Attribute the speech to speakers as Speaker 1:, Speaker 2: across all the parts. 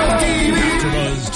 Speaker 1: AfterBuzz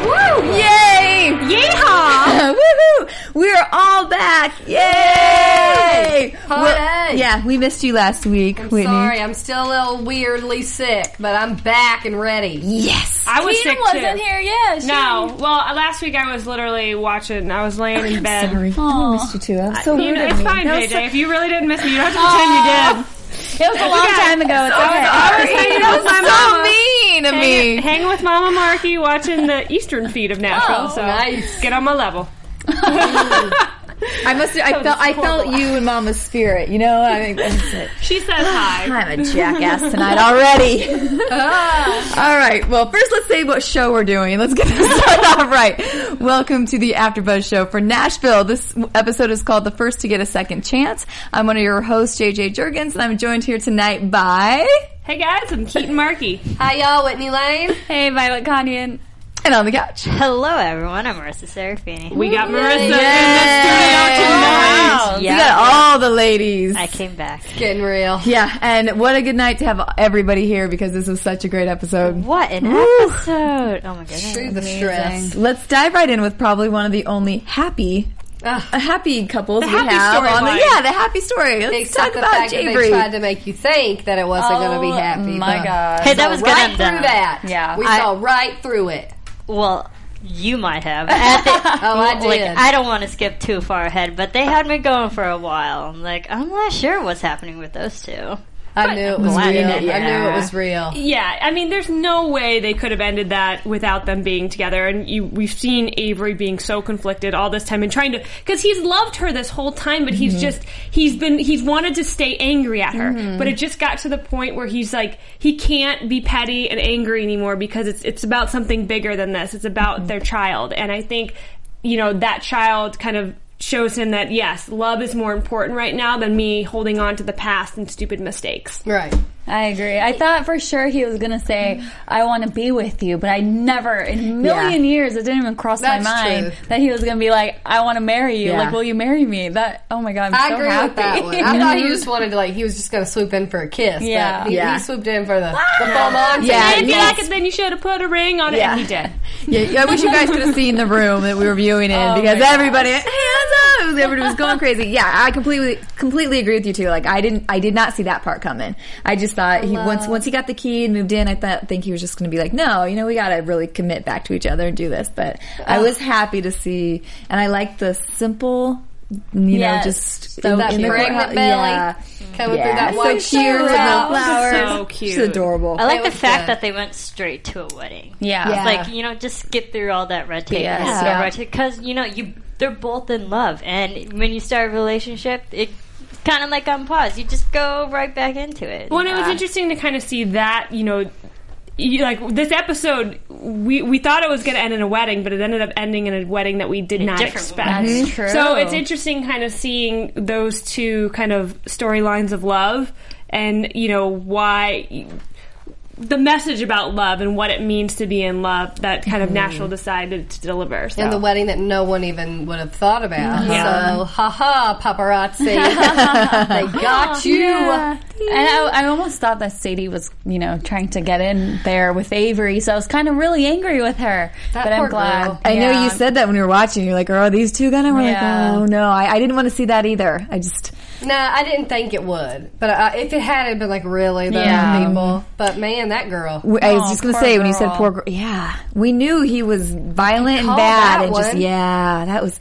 Speaker 2: Woo!
Speaker 3: Yay!
Speaker 2: Yeehaw!
Speaker 3: Woohoo! We're all back! Yay!
Speaker 2: Hooray!
Speaker 3: We- yeah, we missed you last week, Whitney.
Speaker 2: Sorry, I'm still a little weirdly sick, but I'm back and ready.
Speaker 3: Yes.
Speaker 4: I was
Speaker 5: Tina
Speaker 4: sick
Speaker 5: wasn't
Speaker 4: too.
Speaker 5: here yet. She-
Speaker 4: No, well, uh, last week I was literally watching. I was laying in bed.
Speaker 3: Sorry, I Oh, missed you too. I'm so
Speaker 4: You
Speaker 3: rude
Speaker 4: know,
Speaker 3: of
Speaker 4: it's
Speaker 3: me.
Speaker 4: fine,
Speaker 3: No,
Speaker 4: JJ.
Speaker 3: so-
Speaker 4: if you really didn't miss me, you don't have to pretend you did.
Speaker 3: It was a long time ago. It's okay.
Speaker 4: I was hanging
Speaker 3: That
Speaker 4: with
Speaker 3: was
Speaker 4: my
Speaker 3: so
Speaker 4: mama.
Speaker 3: mean of
Speaker 4: Hanging,
Speaker 3: me.
Speaker 4: hanging with Mama Marky, watching the Eastern feed of Nashville.
Speaker 3: Oh,
Speaker 4: so
Speaker 2: nice.
Speaker 4: get on my level.
Speaker 3: I must. I felt. I felt
Speaker 4: horrible.
Speaker 3: you in Mama's spirit. You know. I mean, that's it.
Speaker 4: She says hi.
Speaker 3: I'm a jackass tonight already.
Speaker 2: Ah.
Speaker 3: All right. Well, first let's say what show we're doing. Let's get this started off right. Welcome to the AfterBuzz show for Nashville. This episode is called "The First to Get a Second Chance." I'm one of your hosts, JJ Jurgens, and I'm joined here tonight by
Speaker 4: Hey guys, I'm Keaton Markey.
Speaker 2: Hi, y'all. Whitney Lane.
Speaker 5: Hey, Violet Kanyan.
Speaker 3: and on the couch.
Speaker 6: Hello, everyone. I'm Marissa Serafini.
Speaker 4: We got Marissa in the studio tonight.
Speaker 3: Wow. You
Speaker 6: Yeah.
Speaker 3: got all the ladies.
Speaker 6: I came back.
Speaker 2: Getting real.
Speaker 3: Yeah, and what a good night to have everybody here because this was such a great episode.
Speaker 6: What an
Speaker 3: Woo.
Speaker 6: episode! Oh my goodness.
Speaker 2: Through the stress.
Speaker 3: Let's dive right in with probably one of the only happy
Speaker 2: Ugh.
Speaker 3: uh, happy couples we
Speaker 4: happy
Speaker 3: have on the
Speaker 4: storyline.
Speaker 3: yeah the happy story. Let's
Speaker 2: Except
Speaker 3: talk
Speaker 2: the
Speaker 3: about
Speaker 2: fact that they
Speaker 3: Jabri.
Speaker 2: tried to make you think that it wasn't going to
Speaker 5: Oh
Speaker 2: be happy. but
Speaker 3: god.
Speaker 6: Hey, that was good.
Speaker 2: Right
Speaker 6: I'm
Speaker 2: through
Speaker 6: done.
Speaker 2: that.
Speaker 3: Yeah.
Speaker 2: We
Speaker 3: I-
Speaker 2: saw right through it.
Speaker 6: Well, you might have. At the-
Speaker 2: Oh, I did.
Speaker 6: like, I don't want to skip too far ahead, but they had me going for a while. I'm like, I'm not sure what's happening with those two.
Speaker 2: I knew it was
Speaker 6: Glad you
Speaker 2: real.
Speaker 6: did,
Speaker 2: I knew it
Speaker 6: yeah.
Speaker 2: was real.
Speaker 4: Yeah, I mean, there's no way they could have ended that without them being together. And you, we've seen Avery being so conflicted all this time and trying to, because he's loved her this whole time, but he's just he's been he's wanted to stay angry at her, but it just got to the point where he's like he can't be petty and angry anymore because it's it's about something bigger than this. It's about their child, and I think you know that child kind of shows him that yes, love is more important right now than me holding on to the past and stupid mistakes.
Speaker 2: Right.
Speaker 5: I agree. I thought for sure he was gonna say, "I want to be with you," but I never, in a million years, it didn't even cross
Speaker 2: That's
Speaker 5: my mind
Speaker 2: true.
Speaker 5: that he was gonna be like, "I want to marry you."
Speaker 3: Yeah.
Speaker 5: Like, will you marry me? That. Oh my god, I'm
Speaker 2: I
Speaker 5: so
Speaker 2: agree
Speaker 5: happy.
Speaker 2: with that one. I thought he just wanted to, like, he was just going to swoop in for a kiss.
Speaker 5: Yeah.
Speaker 2: But he,
Speaker 3: Yeah.
Speaker 2: he swooped in for the, the full Monty.
Speaker 3: Yeah,
Speaker 4: And if you
Speaker 3: yes.
Speaker 4: like it, then you should have put a ring on it.
Speaker 3: Yeah.
Speaker 4: And he did.
Speaker 3: Yeah, yeah, I wish you guys could have seen the room that we were viewing in because everybody hands up, It was- everybody was going crazy. Yeah, I completely completely agree with you too. Like I didn't, I did not see that part coming. I just thought he once once he got the key and moved in, I thought think he was just going to be like, no, you know, we got to really commit back to each other and do this. But I was happy to see, and I liked the simple, you
Speaker 5: Yes.
Speaker 3: know, just
Speaker 2: That pregnant
Speaker 3: courthouse-
Speaker 2: belly.
Speaker 3: Yeah,
Speaker 2: Coming
Speaker 3: yeah,
Speaker 2: through that
Speaker 3: so
Speaker 2: white
Speaker 3: cute,
Speaker 2: shirt.
Speaker 3: with the flowers,
Speaker 4: So
Speaker 3: She's
Speaker 4: cute.
Speaker 3: adorable.
Speaker 6: I like the
Speaker 2: was
Speaker 6: fact
Speaker 2: good.
Speaker 6: that they went straight to a wedding.
Speaker 5: Yeah.
Speaker 3: Yeah.
Speaker 6: It's like you know, just skip through all that red tape.
Speaker 3: Yes.
Speaker 6: Yeah.
Speaker 3: Yeah.
Speaker 6: red tape because you know you they're both in love, and when you start a relationship, it kind of like on pause. You just go right back into it.
Speaker 4: Well, and it was interesting to kind of see that, you know, you, like this episode, we we thought it was going to end in a wedding, but it ended up ending in a wedding that we did not
Speaker 6: different
Speaker 4: expect.
Speaker 3: Mm-hmm.
Speaker 5: That's Mhm. true.
Speaker 4: So it's interesting, kind of seeing those two kind of storylines of love, and you know why. The message about love and what it means to be in love that kind
Speaker 3: Mm-hmm.
Speaker 4: of Nashville decided to deliver. So.
Speaker 2: And the wedding that no one even would have thought about.
Speaker 4: Yeah.
Speaker 2: So, haha, paparazzi. they got you.
Speaker 5: Oh, And I, I almost thought that Sadie was, you know, trying to get in there with Avery, so I was kind of really angry with her.
Speaker 2: That
Speaker 5: but
Speaker 2: poor
Speaker 5: I'm glad.
Speaker 2: girl.
Speaker 3: I know
Speaker 5: Yeah.
Speaker 3: you said that when we were watching. You're like, "Oh, are these two gonna?" We're
Speaker 5: Yeah.
Speaker 3: like, "Oh no, I, I didn't want to see that either." I just
Speaker 2: No, I didn't think it would. But uh, if it had, it'd been like, really, though,
Speaker 5: Yeah.
Speaker 2: people. But man, that girl.
Speaker 3: w I I was
Speaker 5: Oh,
Speaker 3: just gonna
Speaker 5: poor
Speaker 3: say when you said
Speaker 5: girl.
Speaker 3: poor girl, yeah, we knew he was violent and
Speaker 2: called
Speaker 3: bad,
Speaker 2: that
Speaker 3: and just
Speaker 2: one.
Speaker 3: yeah, that was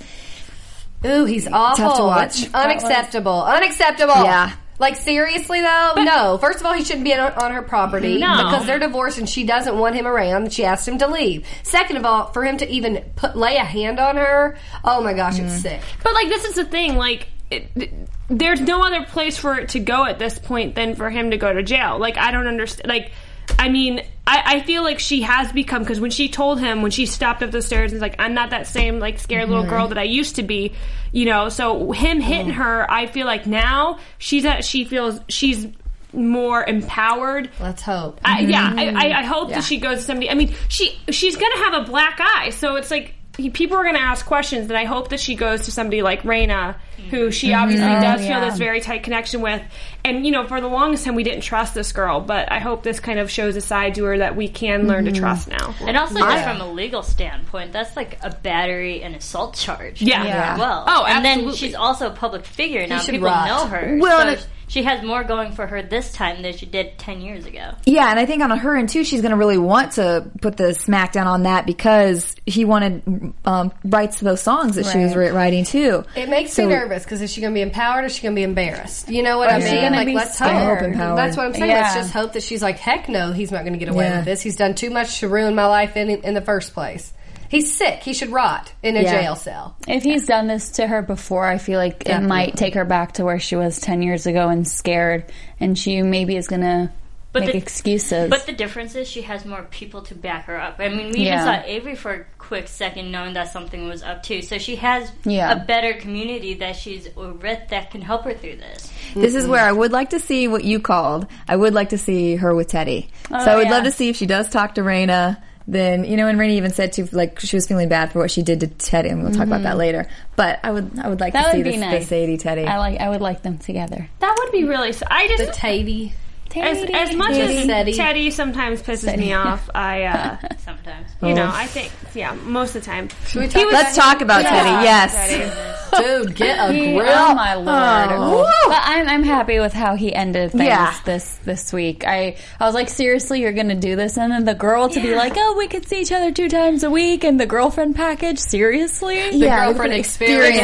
Speaker 2: Ooh, he's awful.
Speaker 3: watch.
Speaker 2: It's unacceptable. Unacceptable.
Speaker 3: yeah.
Speaker 2: Like seriously though, no. First of all, he shouldn't be on, on her property
Speaker 4: No.
Speaker 2: because they're divorced and she doesn't want him around. and She asked him to leave. Second of all, for him to even put lay a hand on her, oh my gosh, it's sick.
Speaker 4: But like this is the thing, like it, th- there's no other place for it to go at this point than for him to go to jail. Like I don't understand. Like I mean, I, I feel like she has become because when she told him when she stopped up the stairs and was like, I'm not that same like scared little girl that I used to be, you know. So him hitting her, I feel like now she's at she feels she's more empowered
Speaker 2: Let's hope.
Speaker 4: I, Mm-hmm. yeah, I, I, I hope that she goes to somebody. I mean, she she's gonna have a black eye, so it's like he- people are gonna ask questions, and I hope that she goes to somebody like Raina, who she obviously does feel this very tight connection with. And you know, for the longest time, we didn't trust this girl, but I hope this kind of shows a side to her that we can learn to trust now.
Speaker 6: And also, just from a legal standpoint, that's like a battery and assault charge.
Speaker 4: Yeah.
Speaker 3: Yeah.
Speaker 6: As well.
Speaker 4: Oh,
Speaker 6: And then
Speaker 4: absolutely.
Speaker 6: she's also a public figure now.
Speaker 2: should
Speaker 6: People
Speaker 2: rot.
Speaker 6: know her.
Speaker 3: Well,
Speaker 6: so
Speaker 3: and it-
Speaker 6: she has more going for her this time than she did 10 years ago.
Speaker 3: Yeah, and I think on her end too, she's going to really want to put the smackdown on that because he wanted um, rights to those songs that she was
Speaker 5: Right.
Speaker 3: ri- writing too.
Speaker 2: It makes
Speaker 3: So-
Speaker 2: me nervous because is she going to be empowered or is she going to be embarrassed? You know what I
Speaker 3: is she
Speaker 2: mean?
Speaker 3: gonna
Speaker 2: Like,
Speaker 5: be
Speaker 2: let's hope.
Speaker 3: scared? I hope empowered.
Speaker 2: That's what I'm saying. Let's
Speaker 5: Yeah.
Speaker 2: just hope that she's like, heck no, he's not going to get away
Speaker 3: Yeah.
Speaker 2: with this. He's done too much to ruin my life in in the first place. He's sick. He should rot in a
Speaker 3: Yeah.
Speaker 2: jail cell.
Speaker 5: If he's done this to her before, I feel like it might take her back to where she was 10 years ago and scared, and she maybe is going to
Speaker 6: But
Speaker 5: make
Speaker 6: the-
Speaker 5: excuses.
Speaker 6: But the difference is she has more people to back her up. I mean, we
Speaker 5: Yeah.
Speaker 6: even saw Avery for a quick second knowing that something was up too. So she has
Speaker 5: Yeah.
Speaker 6: a better community that she's with that can help her through this.
Speaker 3: This is where I would like to see what you called. I would like to see her with Teddy. so I would
Speaker 5: yeah.
Speaker 3: love to see if she does talk to Raina. Then you know, and Raina even said too, like she was feeling bad for what she did to Teddy, and we'll talk about that later. But I would, I would like
Speaker 5: That
Speaker 3: to see
Speaker 5: would be
Speaker 3: this,
Speaker 5: nice.
Speaker 3: the Sadie Teddy.
Speaker 5: I like. I would like them together.
Speaker 4: That would be really. s- I
Speaker 2: The
Speaker 4: just
Speaker 2: Tatey.
Speaker 4: as, as much as
Speaker 2: Teddy.
Speaker 4: Teddy. sometimes pisses me off, I uh,
Speaker 6: Sometimes.
Speaker 4: you know I think yeah most of the time.
Speaker 2: Should we talk about
Speaker 3: Let's talk about Teddy. Yes.
Speaker 2: Dude, get a grip.
Speaker 5: Oh my lord! But I'm I'm happy with how he ended things
Speaker 3: Yeah.
Speaker 5: this this week. I I was like, seriously, you're gonna do this? And then the girl to be like, oh, we could see each other two times a week, and the girlfriend package. Seriously?
Speaker 2: The
Speaker 3: Yeah,
Speaker 2: girlfriend
Speaker 3: an
Speaker 2: experience.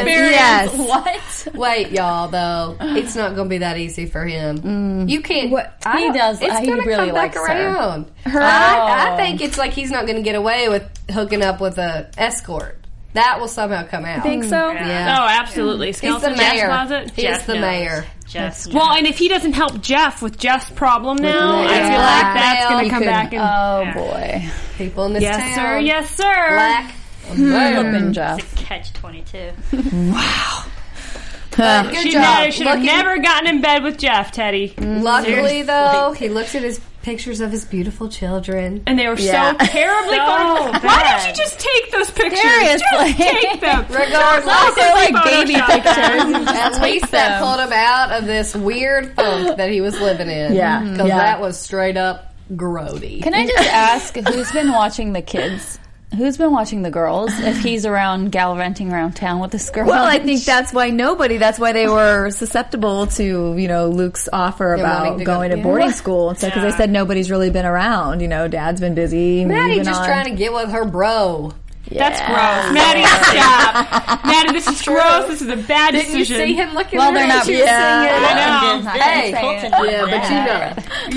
Speaker 3: Yes.
Speaker 5: What?
Speaker 2: Wait, y'all, though. It's not going to be that easy for him. You can't.
Speaker 3: What-
Speaker 2: Mm. I
Speaker 5: He
Speaker 2: don't-
Speaker 5: does-
Speaker 2: It's
Speaker 5: he
Speaker 2: going to
Speaker 5: really
Speaker 2: come back
Speaker 5: likes her.
Speaker 2: around. Oh. I, I think it's like he's not going to get away with hooking up with a escort. That will somehow come out.
Speaker 3: Think so?
Speaker 2: Mm, Yeah.
Speaker 4: Oh, absolutely.
Speaker 2: He's the
Speaker 4: Skeleton Jack's
Speaker 2: mayor.
Speaker 4: Closet.
Speaker 2: He's
Speaker 6: Jeff
Speaker 2: the
Speaker 6: knows.
Speaker 2: mayor.
Speaker 6: Just
Speaker 4: Well, and if he doesn't help Jeff with Jeff's problem now, I feel
Speaker 2: Blackmail.
Speaker 4: like that's going
Speaker 2: You
Speaker 4: to come
Speaker 2: couldn't-
Speaker 4: back and
Speaker 5: Oh boy!
Speaker 2: People in this town.
Speaker 4: yes, sir, yes, sir.
Speaker 2: Black.
Speaker 5: Open Jeff.
Speaker 6: catch 22.
Speaker 2: Good
Speaker 4: She
Speaker 2: job.
Speaker 4: never, should have
Speaker 2: Looking- Mm.
Speaker 4: never gotten in bed with Jeff, Teddy.
Speaker 2: Luckily, though, he looks at his pictures of his beautiful children.
Speaker 4: And they were
Speaker 3: Yeah.
Speaker 4: so terribly
Speaker 6: So
Speaker 4: gorgeous. Why
Speaker 6: bad.
Speaker 4: don't you just take those pictures?
Speaker 5: Seriously.
Speaker 4: Just take them.
Speaker 2: Regardless,
Speaker 5: They're like
Speaker 4: Photoshop
Speaker 5: baby
Speaker 4: that.
Speaker 5: pictures.
Speaker 2: At least that pulled him out of this weird funk that he was living in.
Speaker 3: Yeah.
Speaker 2: Because
Speaker 3: Yeah.
Speaker 2: that was straight up grody.
Speaker 5: Can I just ask who's been watching the kids? Who's been watching the girls? If he's around gallivanting around town with this girl?
Speaker 3: Well, I think that's why nobody. That's why they were susceptible to you know Luke's offer about
Speaker 2: wanting to go-
Speaker 3: going to boarding school and stuff because they said nobody's really been around. You know, Dad's been busy.
Speaker 2: Maddie
Speaker 3: moving
Speaker 2: just
Speaker 3: on.
Speaker 2: trying to get with her bro.
Speaker 4: That's gross. Maddie, stop. Maddie, this is gross. This is a bad
Speaker 2: Didn't you
Speaker 4: decision.
Speaker 2: see him looking
Speaker 5: Well,
Speaker 2: at her
Speaker 5: they're
Speaker 2: when
Speaker 5: not-
Speaker 2: she was
Speaker 3: yeah.
Speaker 2: singing?
Speaker 4: I know.
Speaker 6: Hey, Colton did
Speaker 2: Yeah,
Speaker 6: that.
Speaker 2: but you know.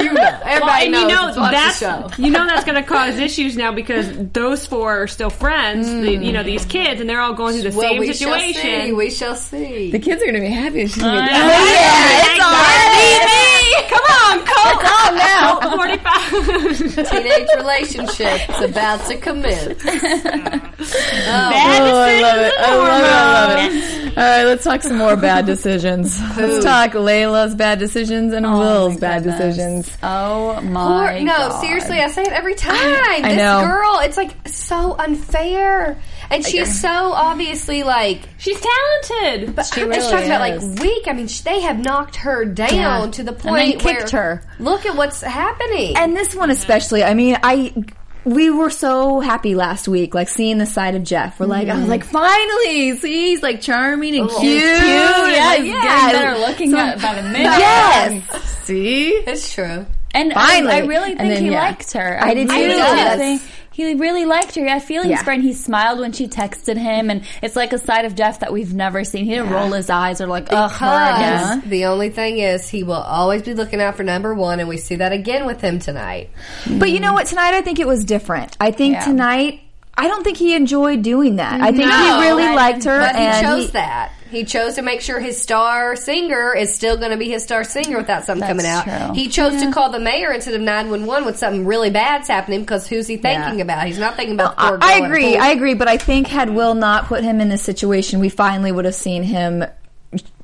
Speaker 2: You know. Everybody
Speaker 4: Well, and
Speaker 2: knows.
Speaker 4: you know
Speaker 2: that's,
Speaker 4: that's
Speaker 2: the show.
Speaker 4: you know that's going to cause issues now because those four are still friends. the- you know these kids, and they're all going through the
Speaker 2: Well,
Speaker 4: same
Speaker 2: we
Speaker 4: situation.
Speaker 2: shall see. We shall see.
Speaker 3: The kids are going to be happy. She's gonna be,
Speaker 4: it's Come on, Colt.
Speaker 3: oh no!
Speaker 4: Colt 45.
Speaker 2: Teenage relationships about to commence.
Speaker 4: Bad
Speaker 3: I love it.
Speaker 4: decisions
Speaker 3: I
Speaker 4: and
Speaker 3: love it. I love
Speaker 4: hormones.
Speaker 3: it. All right, let's talk some more bad decisions. Let's talk Layla's bad decisions and Will's bad decisions.
Speaker 5: Oh
Speaker 2: Or,
Speaker 5: my!
Speaker 2: no,
Speaker 5: God.
Speaker 2: seriously, I say it every time.
Speaker 3: I
Speaker 2: this
Speaker 3: know.
Speaker 2: girl, it's like so unfair. And she's so obviously like
Speaker 4: She's talented.
Speaker 2: But
Speaker 5: She
Speaker 2: I'm just
Speaker 5: really
Speaker 2: talking about
Speaker 5: is.
Speaker 2: like weak. I mean, sh- they have knocked her down
Speaker 3: Yeah.
Speaker 2: to the
Speaker 5: And they
Speaker 2: point where
Speaker 5: kicked her.
Speaker 2: look at what's happening.
Speaker 3: And this one especially, I mean, I we were so happy last week, like seeing the side of Jeff. We're like, I was like, finally, see, he's like charming and Mm-hmm. Oh, cute.
Speaker 5: Cute, yeah,
Speaker 3: and,
Speaker 5: he's
Speaker 3: like,
Speaker 5: getting better looking at- by the minute.
Speaker 3: Yes, see,
Speaker 2: it's true.
Speaker 5: And I-
Speaker 3: Finally.
Speaker 5: I, really
Speaker 3: And
Speaker 5: think
Speaker 3: then,
Speaker 5: he
Speaker 3: yeah.
Speaker 5: liked her.
Speaker 3: I did
Speaker 5: really
Speaker 3: too.
Speaker 5: think
Speaker 3: Yes.
Speaker 5: he- he really liked her. He had feelings
Speaker 3: Yeah.
Speaker 5: for her, and he smiled when she texted him. And it's like a side of Jeff that we've never seen. He didn't roll his eyes or like, ugh, her
Speaker 2: Because
Speaker 5: again.
Speaker 2: the only thing is, he will always be looking out for number one, and we see that again with him tonight.
Speaker 3: But you know what? Tonight, I think it was different. I think
Speaker 5: Yeah.
Speaker 3: tonight, I don't think he enjoyed doing that. I think
Speaker 2: No.
Speaker 3: he really
Speaker 2: Right.
Speaker 3: liked her,
Speaker 2: But he
Speaker 3: and
Speaker 2: chose
Speaker 3: Mm-hmm. he-
Speaker 2: that. He chose to make sure his star singer is still going to be his star singer without something coming out.
Speaker 5: true.
Speaker 2: He chose to call the mayor instead of 911 when something really bad's happening because who's he thinking about? He's not thinking about the
Speaker 3: I,
Speaker 2: poor girl
Speaker 3: I
Speaker 2: at
Speaker 3: agree.
Speaker 2: pool.
Speaker 3: I agree. But I think had Will not put him in this situation, we finally would have seen him.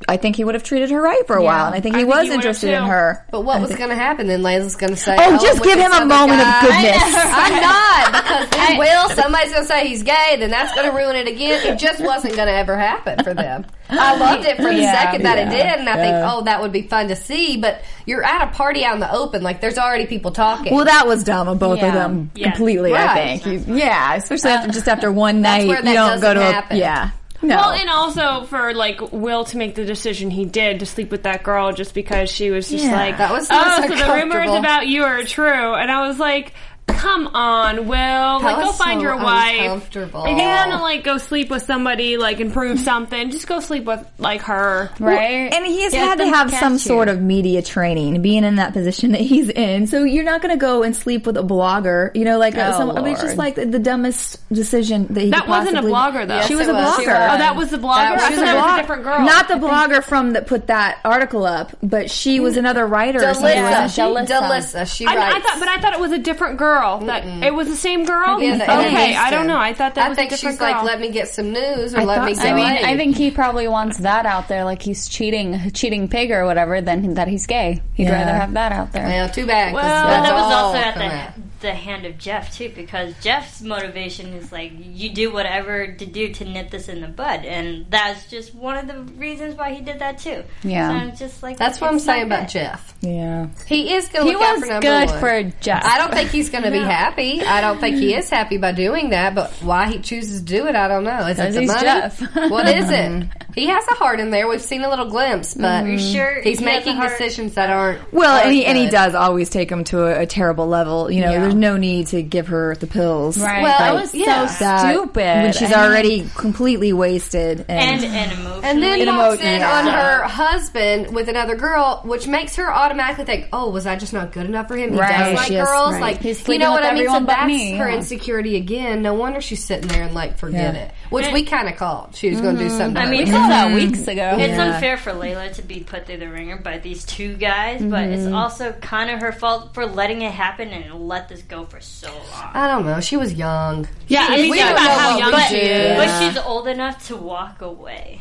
Speaker 3: I think he would have treated her right for a while, and I think he
Speaker 4: I think
Speaker 3: was
Speaker 4: he would
Speaker 3: interested
Speaker 4: have
Speaker 3: in
Speaker 4: too.
Speaker 3: her.
Speaker 2: but what was going to happen then? Layla's going to say,
Speaker 3: Oh, just
Speaker 2: with
Speaker 3: give
Speaker 2: this
Speaker 3: him a
Speaker 2: other
Speaker 3: moment of
Speaker 2: guy."
Speaker 3: goodness. I know,
Speaker 2: I'm not because then Will somebody's going to say he's gay, then that's going to ruin it again. It just wasn't going to ever happen for them. I loved it for the second that it did, and I think, oh, that would be fun to see. But you're at a party out in the open, like there's already people talking.
Speaker 3: Well, that was dumb of both
Speaker 5: Yeah.
Speaker 3: of them
Speaker 4: Yeah.
Speaker 3: completely. I
Speaker 2: Right. Uh,
Speaker 3: think. You- yeah, especially after, just after one night,
Speaker 2: where that
Speaker 3: you don't go
Speaker 2: doesn't
Speaker 3: to.
Speaker 2: happen.
Speaker 3: A, yeah. No.
Speaker 4: Well, and also for like Will to make the decision he did to sleep with that girl just because she was just
Speaker 3: Yeah.
Speaker 4: like,
Speaker 2: That was so
Speaker 4: oh, so the rumors
Speaker 2: uncomfortable.
Speaker 4: about you are true, and I was like. Come on, Will. like, go
Speaker 2: was
Speaker 4: find
Speaker 2: so
Speaker 4: your wife.
Speaker 2: uncomfortable.
Speaker 4: If you're gonna like go sleep with somebody, like and prove something, just go sleep with like her.
Speaker 5: Right?
Speaker 3: And he's
Speaker 5: Get
Speaker 3: had to
Speaker 5: them
Speaker 3: have
Speaker 5: catch
Speaker 3: some
Speaker 5: you.
Speaker 3: sort of media training, being in that position that he's in. So you're not going to go and sleep with a blogger, you know, like uh
Speaker 5: Oh,
Speaker 3: some. I mean, it's just
Speaker 5: Lord.
Speaker 3: like the, the dumbest decision that he.
Speaker 4: That
Speaker 3: could
Speaker 4: wasn't a
Speaker 3: possibly-
Speaker 4: blogger, though.
Speaker 3: she
Speaker 2: Yes,
Speaker 3: was
Speaker 2: it
Speaker 3: a
Speaker 2: was. She
Speaker 3: blogger.
Speaker 2: was.
Speaker 4: Oh, that was the blogger.
Speaker 2: That was
Speaker 4: I thought
Speaker 2: a
Speaker 4: that was
Speaker 2: blog-
Speaker 4: a different girl.
Speaker 3: Not the blogger from that put that article up, but she was another writer. or something,
Speaker 2: Delissa,
Speaker 3: wasn't she?
Speaker 2: she, Delissa. she
Speaker 4: I,
Speaker 2: writes.
Speaker 4: I thought, but I thought it was a different girl. That it was the same girl.
Speaker 2: Yeah, the
Speaker 4: okay,
Speaker 2: Anna
Speaker 4: I don't
Speaker 2: Houston.
Speaker 4: know. I thought that
Speaker 2: I
Speaker 4: was
Speaker 2: think
Speaker 4: a different
Speaker 2: she's
Speaker 4: girl.
Speaker 2: like, let me get some news or
Speaker 3: I
Speaker 2: let
Speaker 3: thought
Speaker 2: me
Speaker 3: so.
Speaker 2: go.
Speaker 5: I mean,
Speaker 2: away.
Speaker 5: I think he probably wants that out there, like he's cheating, cheating pig or whatever, than that he's gay. He'd
Speaker 3: Yeah.
Speaker 5: rather have that out there.
Speaker 2: Well, too bad. 'cause
Speaker 4: Well,
Speaker 2: that's
Speaker 4: But
Speaker 6: that was
Speaker 2: all
Speaker 6: also
Speaker 2: coming out.
Speaker 6: at the, the hand of Jeff too, because Jeff's motivation is like you do whatever to do to nip this in the bud, and that's just one of the reasons why he did that too.
Speaker 5: Yeah.
Speaker 6: so I'm just like
Speaker 2: That's what I'm
Speaker 6: it's not
Speaker 2: saying about
Speaker 6: good.
Speaker 2: Jeff.
Speaker 5: Yeah,
Speaker 2: He is going to
Speaker 5: he
Speaker 2: look out
Speaker 5: was
Speaker 2: for number
Speaker 5: good
Speaker 2: one.
Speaker 5: for Jeff.
Speaker 2: I don't think he's going to be happy. I don't think he is happy by doing that. But why he chooses to do it, I don't know. Is it
Speaker 5: 'Cause
Speaker 2: the
Speaker 5: he's
Speaker 2: money?
Speaker 5: Jeff.
Speaker 2: what is it? He has a heart in there. We've seen a little glimpse, but
Speaker 6: You sure
Speaker 2: Mm. he's
Speaker 6: he has a
Speaker 2: making
Speaker 6: heart?
Speaker 2: decisions that aren't
Speaker 3: Well, and
Speaker 2: aren't
Speaker 3: he, and he
Speaker 2: good.
Speaker 3: does always take him to a, a terrible level. You know,
Speaker 5: Yeah.
Speaker 3: there's no need to give her the pills.
Speaker 5: Right.
Speaker 2: Well,
Speaker 5: that was
Speaker 2: yeah.
Speaker 5: so
Speaker 3: that
Speaker 5: stupid.
Speaker 3: when she's
Speaker 5: I mean,
Speaker 3: already completely wasted
Speaker 6: And
Speaker 3: and,
Speaker 6: and emotionally,
Speaker 2: And then
Speaker 3: It
Speaker 2: walks
Speaker 3: emo-
Speaker 2: in
Speaker 3: yeah.
Speaker 2: on her husband with another girl, which makes her automatically think, "Oh, was I just not good enough for him? He
Speaker 5: Right.
Speaker 2: does like
Speaker 3: Yes,
Speaker 2: girls,
Speaker 3: right.
Speaker 2: like
Speaker 5: He's
Speaker 2: you
Speaker 5: sleeping
Speaker 2: know what
Speaker 5: with
Speaker 2: I mean." So
Speaker 5: everyone but
Speaker 2: that's
Speaker 5: me,
Speaker 2: her
Speaker 5: yeah.
Speaker 2: insecurity again. No wonder she's sitting there and like, forget
Speaker 3: Yeah.
Speaker 2: it, which we kind of called. She was going to do something.
Speaker 6: I
Speaker 2: to
Speaker 6: mean,
Speaker 2: her.
Speaker 5: we saw that weeks ago.
Speaker 6: It's
Speaker 3: Yeah.
Speaker 6: unfair for Layla to be put through the ringer by these two guys, but it's
Speaker 2: Mm-hmm.
Speaker 6: also kind of her fault for letting it happen and let this go for so long.
Speaker 2: I don't know. She was young.
Speaker 4: yeah, I mean,
Speaker 2: we
Speaker 4: think
Speaker 2: don't
Speaker 7: Oh,
Speaker 4: about
Speaker 2: know
Speaker 4: how
Speaker 2: what
Speaker 4: young
Speaker 2: we
Speaker 4: she
Speaker 2: do.
Speaker 4: is.
Speaker 6: But she's old enough to walk away.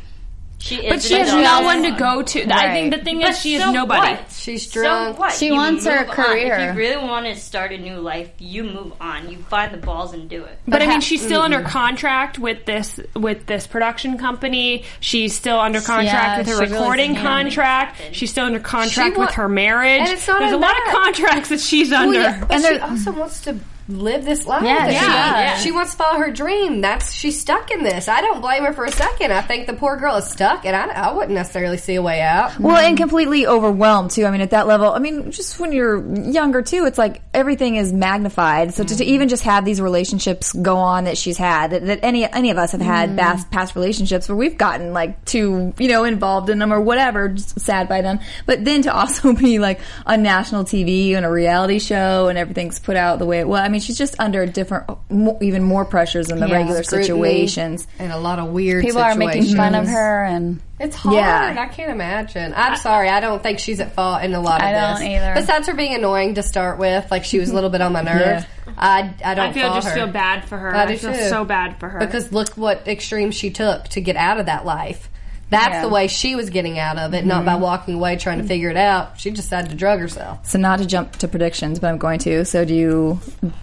Speaker 6: She is
Speaker 4: But she has
Speaker 6: an
Speaker 4: no
Speaker 6: adult.
Speaker 4: one to go to. I think the thing
Speaker 6: But
Speaker 4: is, she is
Speaker 6: so
Speaker 4: nobody.
Speaker 6: what?
Speaker 2: She's
Speaker 6: So
Speaker 2: drunk.
Speaker 6: what?
Speaker 5: She wants her
Speaker 6: move on. If
Speaker 5: career.
Speaker 6: you really want to start a new life, you move on. You find the balls and do it.
Speaker 4: But I mean, she's still under
Speaker 2: Mm-hmm.
Speaker 4: contract with this with this production company. She's still under
Speaker 5: Yeah,
Speaker 4: contract with
Speaker 5: she
Speaker 4: her
Speaker 5: really
Speaker 4: recording
Speaker 5: can't.
Speaker 4: contract. She's still under contract
Speaker 2: She wa-
Speaker 4: with her marriage.
Speaker 2: And it's not
Speaker 4: There's a
Speaker 2: only
Speaker 4: lot of
Speaker 2: that.
Speaker 4: contracts that she's
Speaker 2: Well,
Speaker 4: under.
Speaker 2: yeah, but
Speaker 3: And
Speaker 2: she
Speaker 3: there-
Speaker 2: also wants to live this life.
Speaker 5: Yeah,
Speaker 2: that she,
Speaker 4: yeah.
Speaker 2: wants. she wants to follow her dream. That's she's stuck in this. I don't blame her for a second. I think the poor girl is stuck, and I, I wouldn't necessarily see a way out.
Speaker 3: well and completely overwhelmed too. I mean, at that level, I mean, just when you're younger too, it's like everything is magnified. So to,
Speaker 5: Mm-hmm.
Speaker 3: to even just have these relationships go on that she's had that, that any any of us have had
Speaker 5: Mm-hmm.
Speaker 3: past past relationships where we've gotten like too you know involved in them or whatever, just sad by them. But then to also be like on national TV and a reality show and everything's put out the way it was. I mean, she's just under different, mo- even more pressures in the regular
Speaker 2: scrutiny
Speaker 3: situations.
Speaker 2: and a lot of weird
Speaker 5: people are making fun of her, and
Speaker 2: It's hard.
Speaker 3: Yeah.
Speaker 2: I can't imagine. I'm sorry. I don't think she's at fault in a lot of
Speaker 5: I don't
Speaker 2: this.
Speaker 5: either.
Speaker 2: Besides her being annoying to start with, like she was a little bit on my nerves. I I don't
Speaker 4: I feel
Speaker 2: fault
Speaker 4: just
Speaker 2: her.
Speaker 4: feel bad for her.
Speaker 2: I
Speaker 4: I,
Speaker 2: do
Speaker 4: feel
Speaker 2: too.
Speaker 4: so bad for her
Speaker 2: because look what extreme she took to get out of that life. That's
Speaker 5: Yeah. Mm-hmm.
Speaker 2: the way she was getting out of it, not by walking away trying to figure it out. She decided to drug herself.
Speaker 3: So not to jump to predictions, but I'm going to. So do you?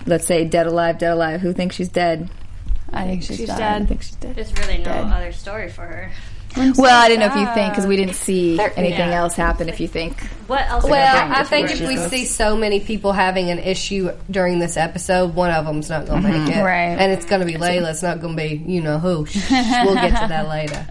Speaker 3: Let's say dead alive, dead alive. Who thinks she's dead?
Speaker 5: I think she's, done.
Speaker 4: dead.
Speaker 5: I think she's dead.
Speaker 6: There's really no other story for her.
Speaker 3: well, I didn't know if you think because we didn't see anything
Speaker 6: yeah.
Speaker 3: else happen. If you think,
Speaker 6: What else?
Speaker 2: Well,
Speaker 3: back
Speaker 2: I
Speaker 3: to
Speaker 2: think
Speaker 3: where
Speaker 2: if
Speaker 3: she
Speaker 2: we
Speaker 3: was.
Speaker 2: see so many people having an issue during this episode, one of them's not going to make it.
Speaker 5: Right.
Speaker 2: And it's going to be Layla. It's not going to be, you know, who. we'll get to that later.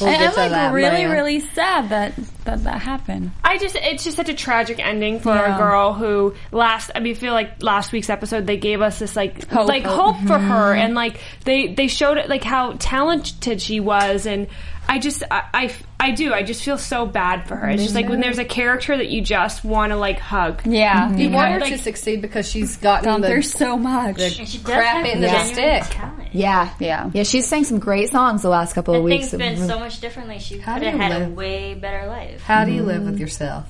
Speaker 2: We'll
Speaker 5: and
Speaker 2: get
Speaker 5: I'm
Speaker 2: to
Speaker 5: like
Speaker 2: that
Speaker 5: really,
Speaker 2: man.
Speaker 5: really sad that that, that happened.
Speaker 4: I just it's just such a tragic ending for
Speaker 5: Yeah.
Speaker 4: a girl who last I mean feel like last week's episode they gave us this like
Speaker 5: Hope.
Speaker 4: like hope for Mm-hmm. her and like they they showed it like how talented she was and I just I, I, I do I just feel so bad for her. It's just like when there's a character that you just want to like hug.
Speaker 5: Yeah,
Speaker 2: You want her
Speaker 4: Like-
Speaker 2: to succeed because she's gotten
Speaker 5: Mm-hmm. Gone
Speaker 2: the
Speaker 5: through so much.
Speaker 6: And she does
Speaker 2: Crap
Speaker 6: have
Speaker 2: into the
Speaker 6: genuine
Speaker 2: stick.
Speaker 6: talent.
Speaker 3: Yeah,
Speaker 5: Yeah.
Speaker 3: yeah. She's sang some great songs the last couple of
Speaker 6: And
Speaker 3: weeks.
Speaker 6: things been so much different. Like she
Speaker 2: How
Speaker 6: could
Speaker 2: do
Speaker 6: have
Speaker 2: you
Speaker 6: had a
Speaker 2: live?
Speaker 6: way better life.
Speaker 2: How do you live with yourself?